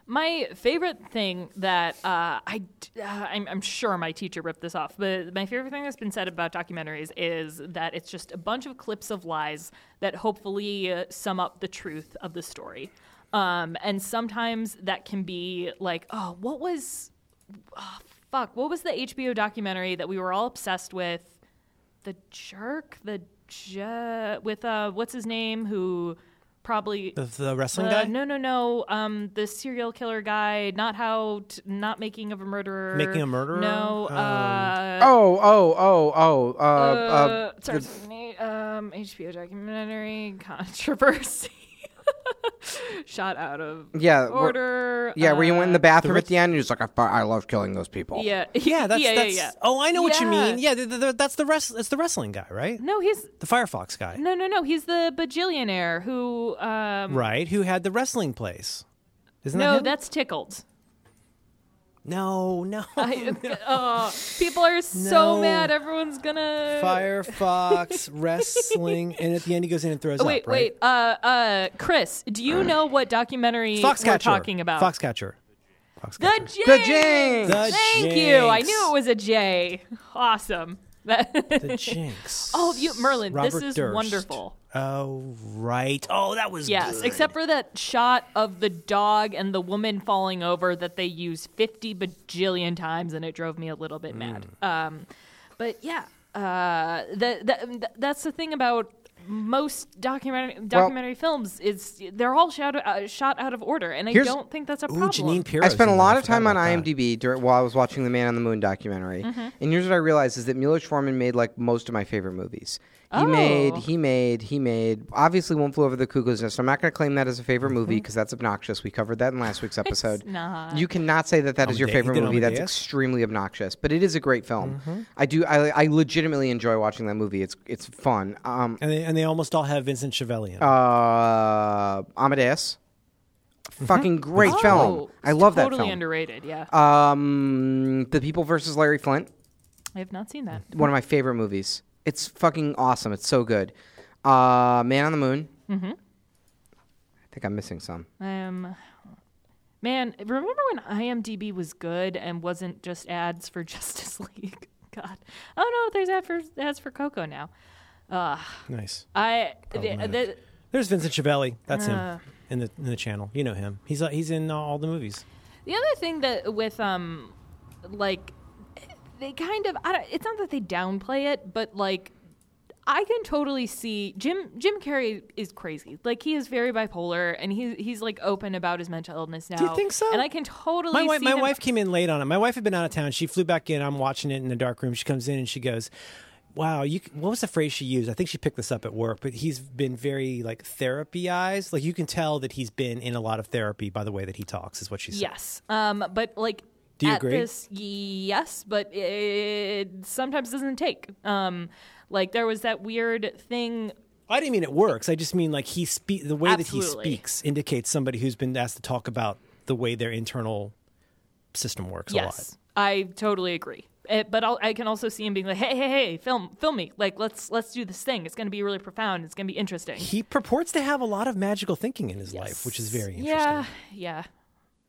A: My favorite thing that uh, I, d- uh, I'm, I'm sure my teacher ripped this off, but my favorite thing that's been said about documentaries is that it's just a bunch of clips of lies that hopefully uh, sum up the truth of the story. Um, and sometimes that can be like, oh, what was, oh, fuck, what was the HBO documentary that we were all obsessed with? The jerk, the ju- with uh, what's his name who probably
B: The, the wrestling
A: uh,
B: guy?
A: No, no, no. Um, the serial killer guy. Not how. T- not making of a murderer.
B: Making a Murderer?
A: No.
B: Um,
A: uh,
C: Oh, oh, oh, oh. Uh,
A: uh,
C: uh,
A: sorry, sorry, um, HBO documentary controversy. shot out of
C: Yeah, where-
A: order.
C: Yeah, where you went in the
A: back.
C: bathroom at uh, the end, and you're just like, I, fu- I love killing those people.
A: Yeah,
B: Yeah, that's
A: yeah,
B: that's.
A: yeah, yeah.
B: Oh, I know what you
A: Yeah.
B: mean. Yeah, th th th- that's the rest. That's the wrestling guy, right?
A: No, he's
B: The Firefox guy,
A: no, no, no. He's the bajillionaire who. Um,
B: right? Who had the wrestling place? Isn't
A: no,
B: that him?
A: that's tickled.
B: no, no.
A: I, uh, people are so
B: No.
A: mad. Everyone's gonna
B: Firefox wrestling, and at the end he goes in and throws
A: Oh, wait,
B: up. Right?
A: wait. Uh, uh, Chris, do you know what documentary we're
B: Foxcatcher.
A: talking about?
B: Foxcatcher. Foxcatcher.
A: the Jinx.
C: The Jinx!
B: The
A: Thank you. I
B: Jinx.
A: knew it was a J. Awesome.
B: The Jinx.
A: oh, you, Merlin, this
B: Robert
A: is
B: Durst.
A: wonderful.
B: Oh right. Oh, that was
A: Yes,
B: good.
A: except for that shot of the dog and the woman falling over that they use 50 bajillion times, and it drove me a little bit mad.
C: Mm.
A: Um, but yeah, uh, that, that, th- that's the thing about most documentary documentary films is they're all shot, uh, shot out of order, and I
C: Here's-
A: don't think that's a
B: Ooh,
A: problem.
B: Janine Pirro.
C: I spent a lot of time on IMDb dur- while I was watching the Man on the Moon documentary,
A: Mm-hmm.
C: and here's what I realized: is that Milos Forman made like most of my favorite movies. He made,
A: Oh.
C: he made, he made. Obviously, One Flew Over the Cuckoo's Nest. I'm not going to claim that as a
A: Mm-hmm.
C: favorite movie because that's obnoxious. We covered that in last week's episode.
A: not.
C: You cannot say that that is your
B: Amadeus-
C: favorite
B: he did
C: movie. That's
B: Amadeus.
C: extremely obnoxious, but it is a great film. I do. I, I legitimately enjoy watching that movie. It's it's fun. Um,
B: And they, and they almost all have Vincent Chevellian.
C: Oh. uh, Amadeus, fucking great
A: Oh,
C: film. I love
A: totally
C: that film. Uh,
A: underrated, yeah.
C: Um, The People versus Larry Flint,
A: I have not seen that.
C: one of my favorite movies. It's fucking awesome. It's so good. Uh, Man on the Moon. Mm-hmm. I think I'm missing some.
A: Um, man, remember when IMDb was good and wasn't just ads for Justice League? God, oh no, there's ads for ads for Coco now.
B: nice.
A: I th-
B: Problematic.
A: th-
B: There's Vincent Chiavelli. That's
A: Uh.
B: him in the in the channel. You know him. He's uh, he's in uh, all the movies.
A: the other thing that with um, like they kind of I don't, it's not that they downplay it, but like I can totally see Jim Jim Carrey is crazy. Like he is very bipolar and he's he's like open about his mental illness now.
B: you think so?
A: And I can totally
B: My wife,
A: see
B: my
A: him-
B: wife came in late on it. My wife had been out of town. She flew back in. I'm watching it in the dark room. She comes in and she goes, "Wow, you." What was the phrase she used? I think she picked this up at work. But he's been very like therapyized. Like you can tell that he's been in a lot of therapy by the way that he talks. Is what she said.
A: Yes. Um, but like
B: Do you
A: at
B: agree?
A: this yes, but it sometimes doesn't take. Um like there was that weird thing
B: I didn't mean it works. I just mean like he speak the way that
A: Absolutely.
B: he speaks indicates somebody who's been asked to talk about the way their internal system works a lot.
A: yes. I totally agree. Eh, but I'll, I can also see him being like, "Hey, hey, hey, film, film me! Like, let's let's do this thing. It's going to be really profound. It's going to be interesting."
B: He purports to have a lot of magical thinking in his life, which is very interesting.
A: Yeah, yeah,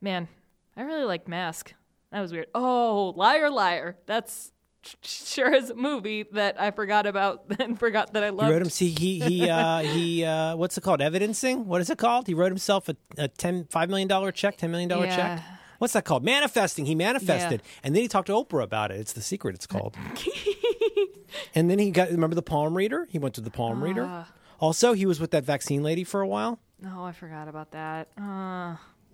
A: man, I really like Mask. That was weird. Oh, liar, liar. That's sure is a movie that I forgot about and forgot that I
B: He
A: loved.
B: wrote him. See, he he uh, he. Uh, what's it called? Evidencing. What is it called? He wrote himself a, a ten five million dollar check, ten million dollar
A: Yeah.
B: check. What's that called? Manifesting. He manifested, and then he talked to Oprah about it. It's the secret. It's called. and then he got. Remember the palm reader? He went to the palm
A: Ah.
B: reader. Also, he was with that vaccine lady for a while.
A: No, I forgot about that.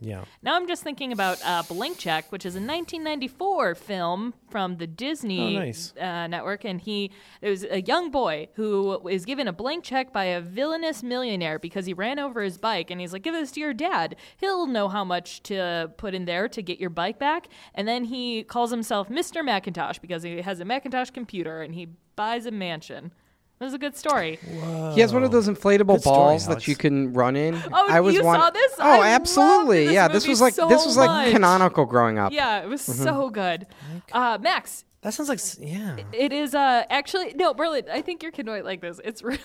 B: Yeah.
A: now I'm just thinking about uh, Blank Check, which is a 1994 film from the Disney
B: Oh, nice.
A: uh, network, and he it was a young boy who is given a blank check by a villainous millionaire because he ran over his bike, and he's like, "Give this to your dad. He'll know how much to put in there to get your bike back." And then he calls himself Mr. Macintosh because he has a Macintosh computer, and he buys a mansion. That was a good story.
C: He has one of those inflatable
B: Good story,
C: balls that
B: Alex.
C: you can run in.
A: Oh,
C: I was
A: you
C: one-
A: saw this?
C: Oh,
A: I loved
C: absolutely.
A: this
C: yeah, this
A: movie
C: was like
A: so
C: this was
A: much.
C: like canonical growing up.
A: Yeah, it was
B: Mm-hmm.
A: so good. Uh, Max,
B: That sounds like s- yeah.
A: It is uh actually no, Berlin. I think your kid might like this. It's really,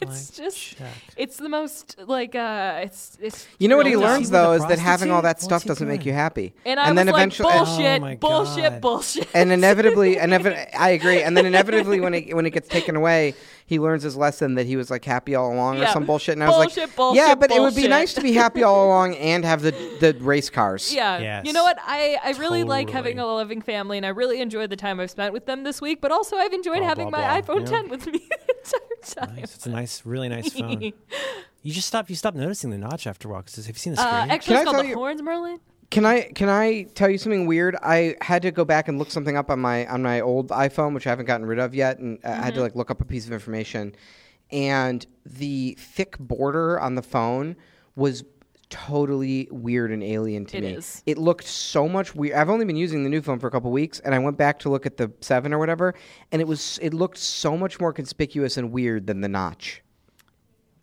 A: it's just,
B: check.
A: it's the most like uh, it's it's.
C: You know what he
A: real dumb.
C: learns
B: Is he with
C: though
B: a
C: is that having all that
B: prostitute?
C: stuff
B: What's he
C: doesn't make
B: doing?
C: you happy.
A: And I was like, bullshit,
B: Oh my
A: bullshit,
B: God.
A: bullshit.
C: and inevitably, inevi- I agree. And then inevitably, when it when it gets taken away, he learns his lesson that he was like happy all along or
A: Yeah.
C: some bullshit. And I was
A: Bullshit,
C: like,
A: bullshit,
C: yeah, but it would be
A: bullshit."
C: nice to be happy all along and have the the race cars.
A: yeah,
B: Yes.
A: you know what? I I really like having a
B: Totally.
A: loving family, and I really enjoyed the time I've spent with them this week. But also, I've enjoyed
B: Blah,
A: having
B: blah,
A: my
B: blah.
A: iPhone
B: Yeah.
A: 10 with me the entire time.
B: Nice. It's a nice, really nice phone. You just stop. You stop noticing the notch after a while. 'cause have you seen the screen?
A: Uh, actually,
C: Can I
A: it's called
C: tell
A: the
C: you-
A: horns, Merlin.
C: Can I can I tell you something weird? I had to go back and look something up on my on my old iPhone, which I haven't gotten rid of yet, and uh,
A: Mm-hmm.
C: I had to like look up a piece of information, and the thick border on the phone was totally weird and alien to
A: It
C: me.
A: is.
C: It looked so much weird. I've only been using the new phone for a couple weeks, and I went back to look at the seven or whatever, and it was it looked so much more conspicuous and weird than the notch.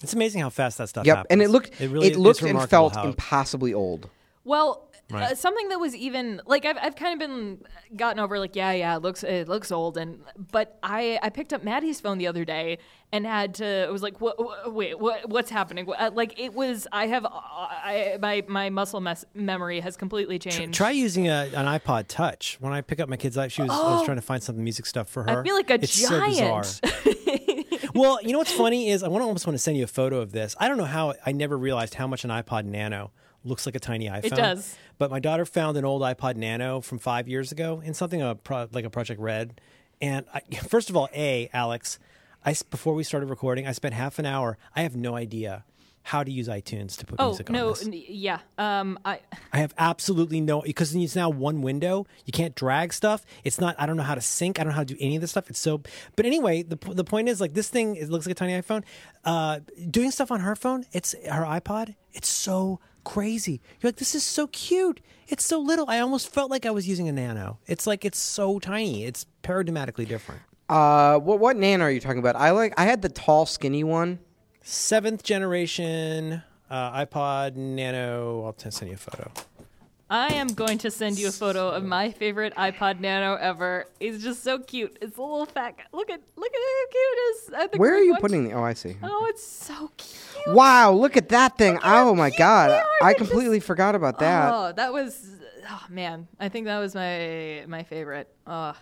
B: It's amazing how fast that stuff
C: Yep,
B: happens.
C: and it looked it,
B: really is
C: looked and
B: remarkable
C: felt
B: how-
C: impossibly old.
A: Well,
B: Right.
A: uh, something that was even like I've I've kind of been gotten over like yeah yeah it looks it looks old and but I I picked up Maddie's phone the other day and had to I was like what wha- wait what what's happening Wha- uh, like it was I have uh, I my my muscle mes- memory has completely
B: Tr-
A: changed.
B: Try using a, an iPod Touch. When I pick up my kids, I, she was, I was trying to find some music stuff for her.
A: Oh. feel like a
B: it's
A: giant.
B: So bizarre. well, you know what's funny is I want to almost want to send you a photo of this. I don't know how I never realized how much an iPod Nano looks like a tiny iPhone.
A: does.
B: But my daughter found an old iPod Nano from five years ago in something uh, pro- like a Project Red. And I, first of all, a Alex, I s- before we started recording, I spent half an hour. I have no idea how to use iTunes to put
A: oh
B: music on
A: no
B: this.
A: n- yeah um I
B: I have absolutely no because it's now one window. You can't drag stuff. It's not. I don't know how to sync. I don't know how to do any of this stuff. It's so. But anyway, the p- the point is like this thing. It looks like a tiny iPhone. Uh, doing stuff on her phone. It's her iPod. It's so crazy. You're like, this is so cute. It's so little. I almost felt like I was using a Nano. It's like it's so tiny. It's paradigmatically different.
C: Uh, what what nan are you talking about? I like I had the tall, skinny one.
B: Seventh generation uh, iPod Nano. I'll t- send you a photo.
A: I am going to send you a photo of my favorite iPod Nano ever. He's just so cute. It's a little fat guy. Look at look at how cute it is. I think
C: Where are
A: we
C: you
A: watched-
C: putting the? Oh, I see.
A: Oh, it's so cute.
C: Wow, look at that thing.
A: how
C: Oh my
A: cute they
C: god.
A: are.
C: I
A: They're
C: completely forgot about that.
A: Oh, that was oh man. I think that was my my favorite. Oh.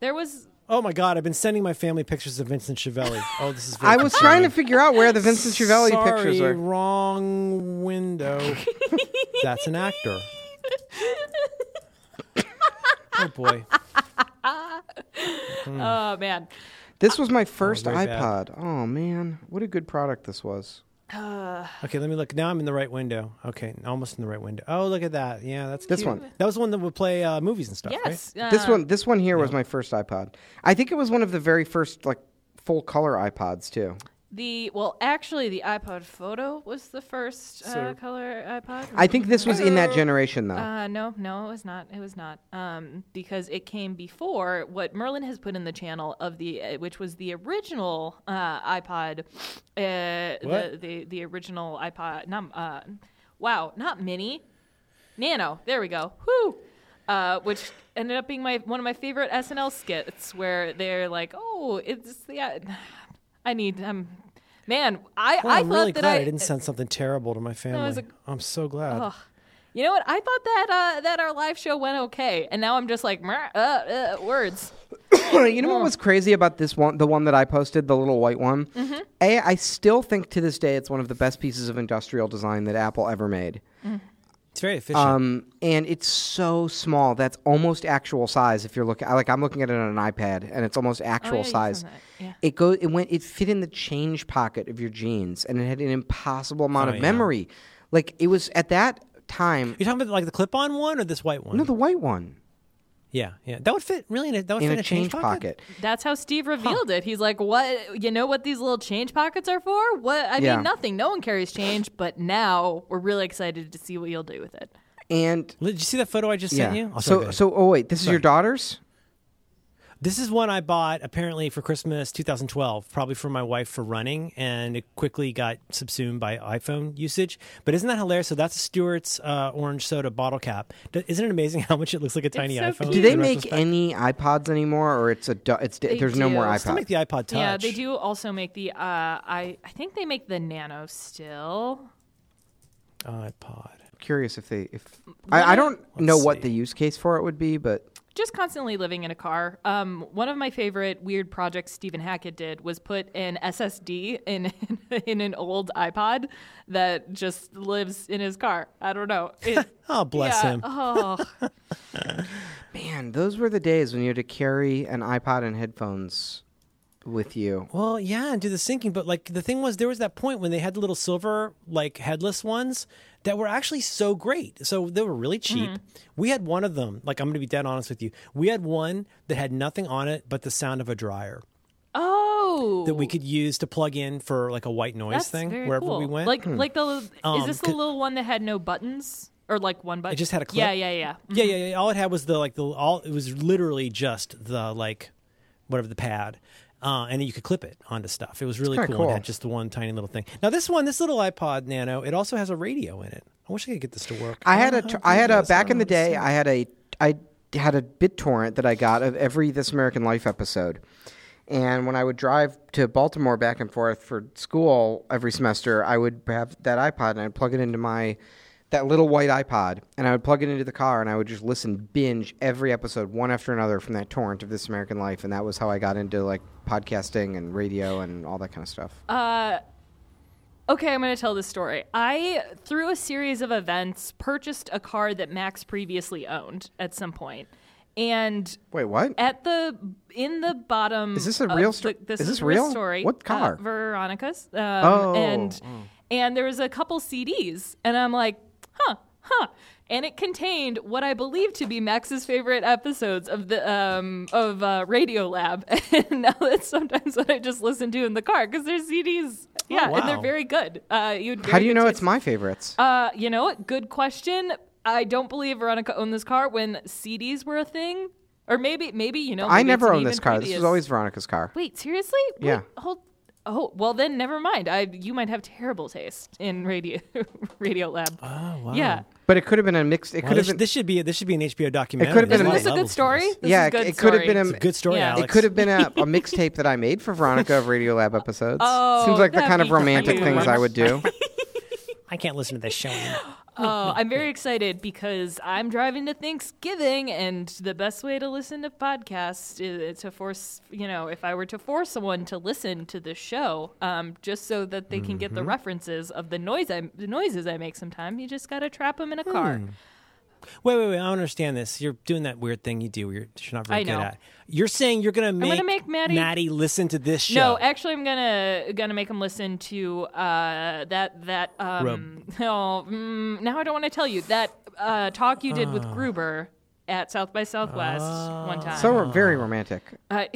A: There was
B: Oh my God! I've been sending my family pictures of Vincent Chiavelli. Oh, this is. Very
C: I was trying to
B: concerning.
C: figure out where the Vincent Chiavelli
B: Sorry,
C: pictures are.
B: wrong window. That's an actor. Oh boy.
C: Hmm.
A: oh man.
C: This was my first
B: very bad.
C: iPod. Oh man, what a good product this was.
B: Okay, let me look. Now I'm in the right window. Okay, almost in the right window. Oh, look at that. Yeah, that's
C: This
B: cute.
C: one.
B: That was the one that would play uh, movies and stuff.
A: Yes.
B: Right?
C: This
A: uh,
C: one this one here was my first iPod. I think it was one of the very first like full color iPods too.
A: The well, actually, the iPod Photo was the first uh,
B: So-
A: color iPod.
C: I think this was in that generation though.
A: Uh, no, no, it was not. It was not. Um, because it came before what Merlin has put in the channel of the, uh, which was the original uh, iPod, uh, the,
B: What?
A: the the original iPod. Not uh, wow, not mini, nano. There we go. Whoo. Uh, which ended up being my one of my favorite SNL skits where they're like, oh, it's the. I need. Um, man, I
B: Well,
A: I
B: I'm
A: thought
B: really
A: that
B: glad I,
A: I
B: didn't send something terrible to my family.
A: was Oh.
B: I'm so glad.
A: Ugh. You know what? I thought that uh, that our live show went okay, and now I'm just like "Mer- uh, uh, words.
C: you know what was crazy about this one the one that i posted the little white one a i still think to this day it's one of the best pieces of industrial design that apple ever made
B: It's very efficient.
C: um, and it's so small that's almost actual size if you're looking like i'm looking at it on an ipad and it's almost actual
A: yeah, you
C: size
A: found that, yeah.
C: it go it went it fit in the change pocket of your jeans and it had an impossible amount
B: Oh,
C: of
B: yeah.
C: memory like it was at that time
B: You're talking about like the clip-on one or this white one?
C: no the white one
B: yeah, yeah. That would fit really. In a, that would
C: in
B: fit
C: a change pocket
A: That's how Steve revealed it. He's like, "What? You know what these little change pockets are for? What? I
C: Yeah.
A: mean, nothing. No one carries change, but now we're really excited to see what you'll do with it."
C: and
B: Did you see that photo I just
C: yeah
B: sent you? Oh, sorry, go
C: so
B: ahead.
C: so oh wait this is your daughter's
B: This is one I bought apparently for Christmas 2012, probably for my wife for running, and it quickly got subsumed by iPhone usage. But isn't that hilarious? So that's a Stewart's uh, orange soda bottle cap. D- Isn't it amazing how much it looks like a tiny
A: so
B: iPhone?
A: cute.
C: Do they
B: in
C: make
B: retrospect?
C: any iPods anymore, or it's a du- it's d-
A: They
C: there's no more
A: do.
C: iPods?
B: Still make the iPod Touch.
A: Yeah, they do also make the. Uh, I I think they make the Nano still.
B: iPod.
C: Curious if they if I, I don't know what
B: see.
C: the use case for it would be, but
A: just constantly living in a car. Um, one of my favorite weird projects Stephen Hackett did was put an SSD in in an old iPod that just lives in his car. I don't know. It,
B: Oh, bless
A: yeah,
B: him.
A: Oh,
C: man, those were the days when you had to carry an iPod and headphones with you.
B: Well, yeah, and do the syncing. But like the thing was, there was that point when they had the little silver, like headless ones that were actually so great. So they were really cheap.
A: Mm-hmm.
B: We had one of them. Like I'm going to be dead honest with you. We had one that had nothing on it but the sound of a dryer.
A: oh Oh,
B: that we could use to plug in for like a white noise
A: that's
B: thing
A: very
B: wherever
A: cool.
B: we went.
A: Like, like the is
B: Um,
A: this the
B: could-
A: little one that had no buttons or like one button?
B: It just had a clip?
A: Yeah, yeah, yeah. Mm.
C: Mm-hmm.
B: yeah, yeah, yeah. All it had was the like the all. It was literally just the like whatever the pad. Uh, and you could clip it onto stuff. It was really
C: kinda
B: cool. and It
C: cool.
B: had just the one tiny little thing. Now this one, this little iPod Nano, it also has a radio in it. I wish I could get this to work.
C: I
B: don't
C: had
B: know
C: a
B: how
C: tr-
B: to
C: I
B: do
C: had a
B: this. Oh, I
C: back
B: don't
C: in the
B: know how to
C: day. I had a I had a BitTorrent that I got of every This American Life episode, and when I would drive to Baltimore back and forth for school every semester, I would have that iPod and I'd plug it into my that little white iPod, and I would plug it into the car, and I would just listen binge every episode one after another from that torrent of This American Life, and that was how I got into like podcasting and radio and all that kind of stuff.
A: Uh, Okay, I'm going to tell this story. I, through a series of events, purchased a car that Max previously owned at some point. And
C: Wait, what?
A: at the in the bottom
C: Is this a
A: of
C: real
A: the-
C: sto-
A: this
C: is
A: is,
C: this
A: a real
C: real?
A: story
C: What car?
A: uh, veronica's um,
C: Oh.
A: and and there was a couple cds and i'm like huh huh and it contained what i believe to be max's favorite episodes of the um of uh, radio lab and now that's sometimes what i just listen to in the car because there's cds yeah and they're
B: wow.
A: very good uh you'd
C: How do you know it's my favorites?
A: uh, you know what? Good question. I don't believe Veronica owned this car when CDs were a thing, or maybe, maybe you know.
C: I
A: Oh, maybe it's
C: never
A: an
C: owned this
A: even
C: car. This
A: previous-
C: was always Veronica's car.
A: Wait, seriously? Wait,
C: Yeah.
A: Hold. Oh, well then, never mind. I you might have terrible taste in radio, Radio Lab.
B: Oh wow.
A: Yeah.
C: But it could have been a mix. It
B: Wow,
C: could have
B: this,
C: been.
B: this should be a, this should be an HBO documentary.
C: could've
B: There's
C: been
A: Isn't
C: a-
B: lot
A: this
B: of
A: a good
B: levels to
A: story?
B: this.
A: This
C: yeah,
A: is a
C: it-
A: good
C: it could have
A: story.
C: been a,
B: It's a good story,
A: Yeah.
B: Alex.
C: it could have been a, a mixtape that I made for Veronica of Radio Lab episodes.
A: Oh,
C: Seems like the
A: that'd
C: kind of
A: be
C: romantic
A: cute.
C: things I would do.
B: I can't listen to this show. anymore.
A: Oh, I'm very excited because I'm driving to Thanksgiving, and the best way to listen to podcasts is to force, you know, if I were to force someone to listen to the show, um, just so that they can get the references of the noise I the noises I make. Sometimes you just gotta trap them in a car.
B: Wait, wait, wait! I don't understand this. You're doing that weird thing you do. Where you're, you're not very
A: I
B: good
A: know.
B: at. You're saying you're gonna make,
A: gonna make Maddie-
B: listen to this show.
A: No, eh actually, I'm gonna gonna make them listen to uh, that that um, oh mm, now I don't want to tell you that uh, talk you did with Gruber at South by Southwest one time.
C: So we're very romantic.
A: Uh,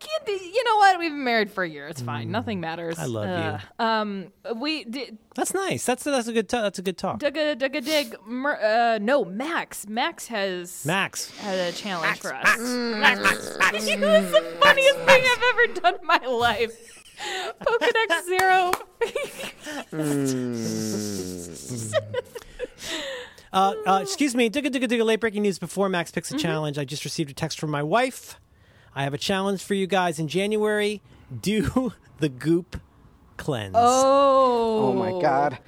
A: can't be, you know what? We've been married for a year. It's fine. Nothing matters.
B: Mm. I love
A: you. Um, we did,
B: that's nice. That's that's a good. ta- that's a good talk.
A: dug a dug a dig. Mer, uh, no, Max. Max has
B: Max,
A: had a challenge for us. Max, it was the funniest thing I've ever done in my life. Pokedex Zero. Mm.
B: uh, uh, excuse me. Digga digga digga. Late breaking news before Max picks a
A: Mm-hmm.
B: challenge. I just received a text from my wife. I have a challenge for you guys in January. Do the goop cleanse.
A: oh.
C: Oh my god.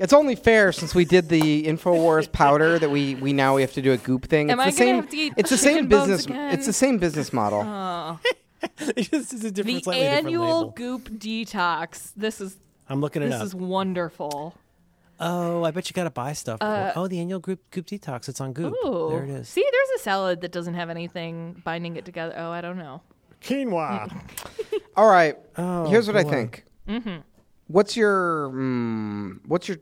C: It's only fair since we did the Infowars powder that we, we now we have to do a goop thing.
A: Am
C: it's
A: I
C: the
A: gonna
C: same
A: have to eat
C: it's the same
A: chicken bones
C: business
A: again? Uh-huh.
C: it's the same business model.
B: it's just it's a different,
A: The
B: slightly different
A: annual
B: label.
A: goop detox. This is
B: I'm looking it
A: this
B: up.
A: is wonderful.
B: oh, I bet you gotta buy stuff. for- oh, the annual group goop detox. It's on Goop.
A: Uh, Ooh.
B: There it is.
A: See, there's a salad that doesn't have anything binding it together. Oh, I don't know.
D: Quinoa.
C: All right.
B: Oh,
C: Here's what I
B: boy.
C: think.
A: Mm-hmm.
C: What's your mm, what's your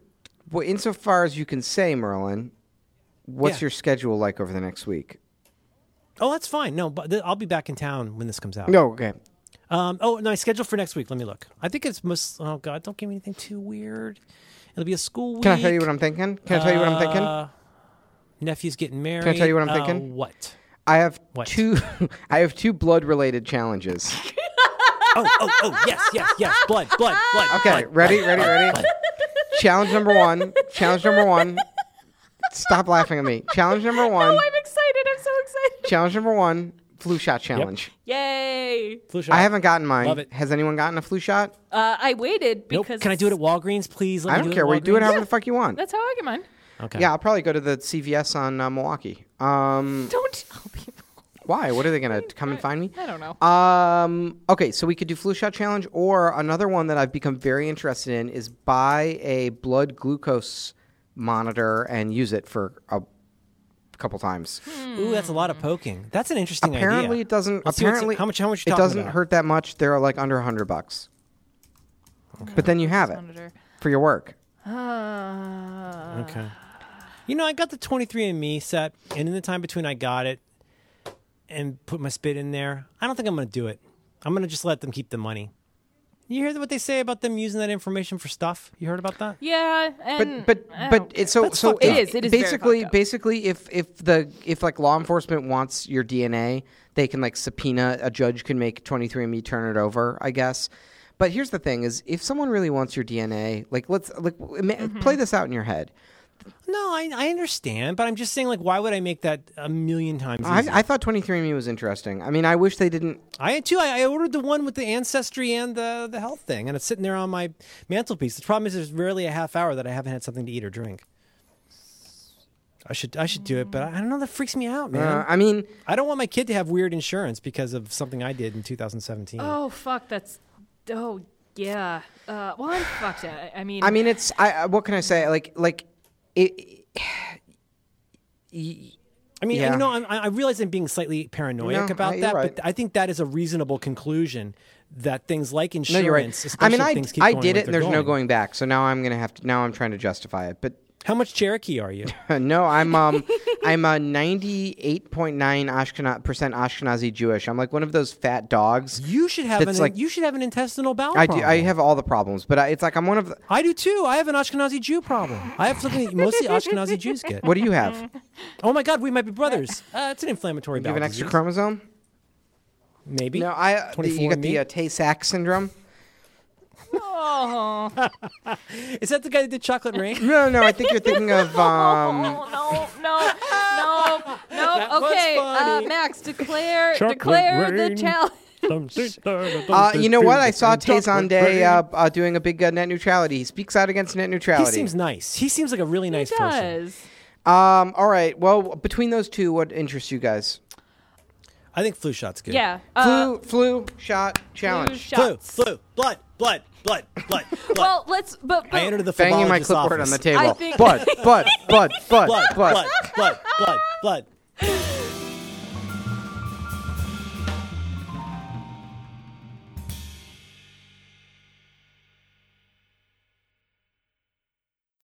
C: well, insofar as you can say, Merlin, what's
B: Yeah.
C: your schedule like over the next week?
B: Oh, that's fine. No, but th- I'll be back in town when this comes out.
C: No, okay.
B: Um, oh, no, I schedule for next week. Let me look. I think it's most. Oh God, don't give me anything too weird. It'll be a school week.
C: Can I tell you what I'm thinking? Can I tell you what I'm thinking?
B: Uh, Nephew's getting married.
C: tell you what I'm
B: Uh,
C: thinking?
B: what?
C: I have
B: what?
C: two I have two blood related challenges.
B: Oh, oh, oh, yes, yes, yes. Blood, blood, blood.
C: Okay,
B: blood.
C: ready, ready, ready. Challenge number one. Challenge number one. Stop laughing at me. Challenge number one.
A: Oh, I'm excited. I'm so excited.
C: Challenge number one. Flu shot challenge.
A: Yay.
B: Flu shot.
C: I haven't gotten mine.
B: Love it.
C: Has anyone gotten a flu shot?
A: Uh, I waited
B: Nope.
A: because.
B: Can I do it at Walgreens, please? Let
C: I
B: me
C: don't
B: do
C: care.
B: It
C: We
B: at
C: do it
B: Walgreens?
C: however the fuck you want.
A: That's how I get mine.
B: Okay.
C: Yeah, I'll probably go to the CVS on uh, Milwaukee. Um,
A: Don't tell people.
C: why? What are they gonna come and find me?
A: I don't know.
C: Um, okay, so we could do flu shot challenge, or another one that I've become very interested in is buy a blood glucose monitor and use it for a couple times.
B: Ooh, that's a lot of poking. That's an interesting Hmm. idea.
C: Apparently, it doesn't.
B: Let's see what's-
C: apparently,
B: how much? How much? you
C: It
B: talking
C: doesn't
B: about?
C: hurt that much. They're like under hundred bucks. But then you have it
A: Monitor.
C: for your work.
A: Uh,
B: Okay. You know, I got the 23andMe set, and in the time between I got it and put my spit in there, I don't think I'm going to do it. I'm going to just let them keep the money. You hear what they say about them using that information for stuff? You heard about that?
A: Yeah, and
C: But but
A: I
C: but
A: don't
C: it's so
B: That's
C: so
B: fucked up.
A: It is, it is very
C: basically
A: fucked up.
C: basically if if the if like law enforcement wants your DNA, they can like subpoena a judge can make 23andme turn it over, I guess. But here's the thing is if someone really wants your DNA, like let's like ima-
A: Mm-hmm.
C: play this out in your head.
B: No, I, I understand, but I'm just saying, like, why would I make that a million times? easier?
C: I, I thought 23andme was interesting. I mean, I wish they didn't
B: I too. I, I ordered the one with the ancestry and the the health thing, and it's sitting there on my mantelpiece. The problem is, there's rarely a half hour that I haven't had something to eat or drink. I should I should do it, but I I don't know. That freaks me out, man.
C: uh, I mean,
B: I don't want my kid to have weird insurance because of something I did in 2017.
A: oh fuck, that's oh yeah. Uh, well, I'm fucked. I, I mean,
C: I mean, it's I. I- What can I say? Like, like it. y-
B: I mean,
C: Yeah.
B: you know, I'm, I I realize I'm being slightly paranoid
C: No,
B: about
C: I- you're
B: that,
C: right.
B: but I think that is a reasonable conclusion that things like
C: No,
B: insurance,
C: you're right.
B: especially
C: I mean,
B: if
C: I,
B: things keep
C: I
B: going
C: did
B: like
C: it, and
B: they're
C: there's no going back. So now I'm gonna have to. Now I'm trying to justify it. But
B: How much Cherokee are you?
C: no, I'm um, I'm a 98.9 Ashkena- percent Ashkenazi Jewish. I'm like one of those fat dogs.
B: You should have
C: That's
B: an
C: like-
B: you should have an intestinal bowel
C: I do.
B: problem.
C: I have all the problems, but I, it's like I'm one of. The,
B: I do too. I have an Ashkenazi Jew problem. I have something that mostly Ashkenazi Jews get.
C: what do you have? Do
B: Oh my God, we might be brothers. Uh, it's an inflammatory
C: you
B: bowel
C: have an extra
B: disease.
C: chromosome?
B: Maybe.
C: No, I. The, you
B: 24andMe?
C: got the uh, Tay-Sachs syndrome.
A: oh
B: Is that the guy that did Chocolate Rain?
C: No, no, I think you're thinking of um.
A: no, no, no, no, no.
B: was
A: Okay, uh,
B: funny.
A: Max, declare
D: Chocolate
A: declare the
D: rain.
A: challenge.
D: uh,
C: Uh, you know what? I saw Tayson Day uh, uh, doing a big uh, net neutrality. He speaks out against net
B: He
C: neutrality.
B: seems nice. He seems like a really nice
A: He
B: person.
A: does.
C: um, all right. Well, between those two, what interests you guys?
B: I think flu shot's good.
A: Yeah. Uh,
C: flu, flu shot
A: flu
C: challenge.
B: Flu,
A: shots.
B: flu, blood, blood, blood, blood, blood.
A: Well, let's. But, but
B: I entered the
C: Banging my
B: phlebotomist's
C: clipboard
B: office.
C: on the table.
A: I think-
C: But, but, but, but,
B: Blood,
C: but.
B: blood, blood, blood, blood.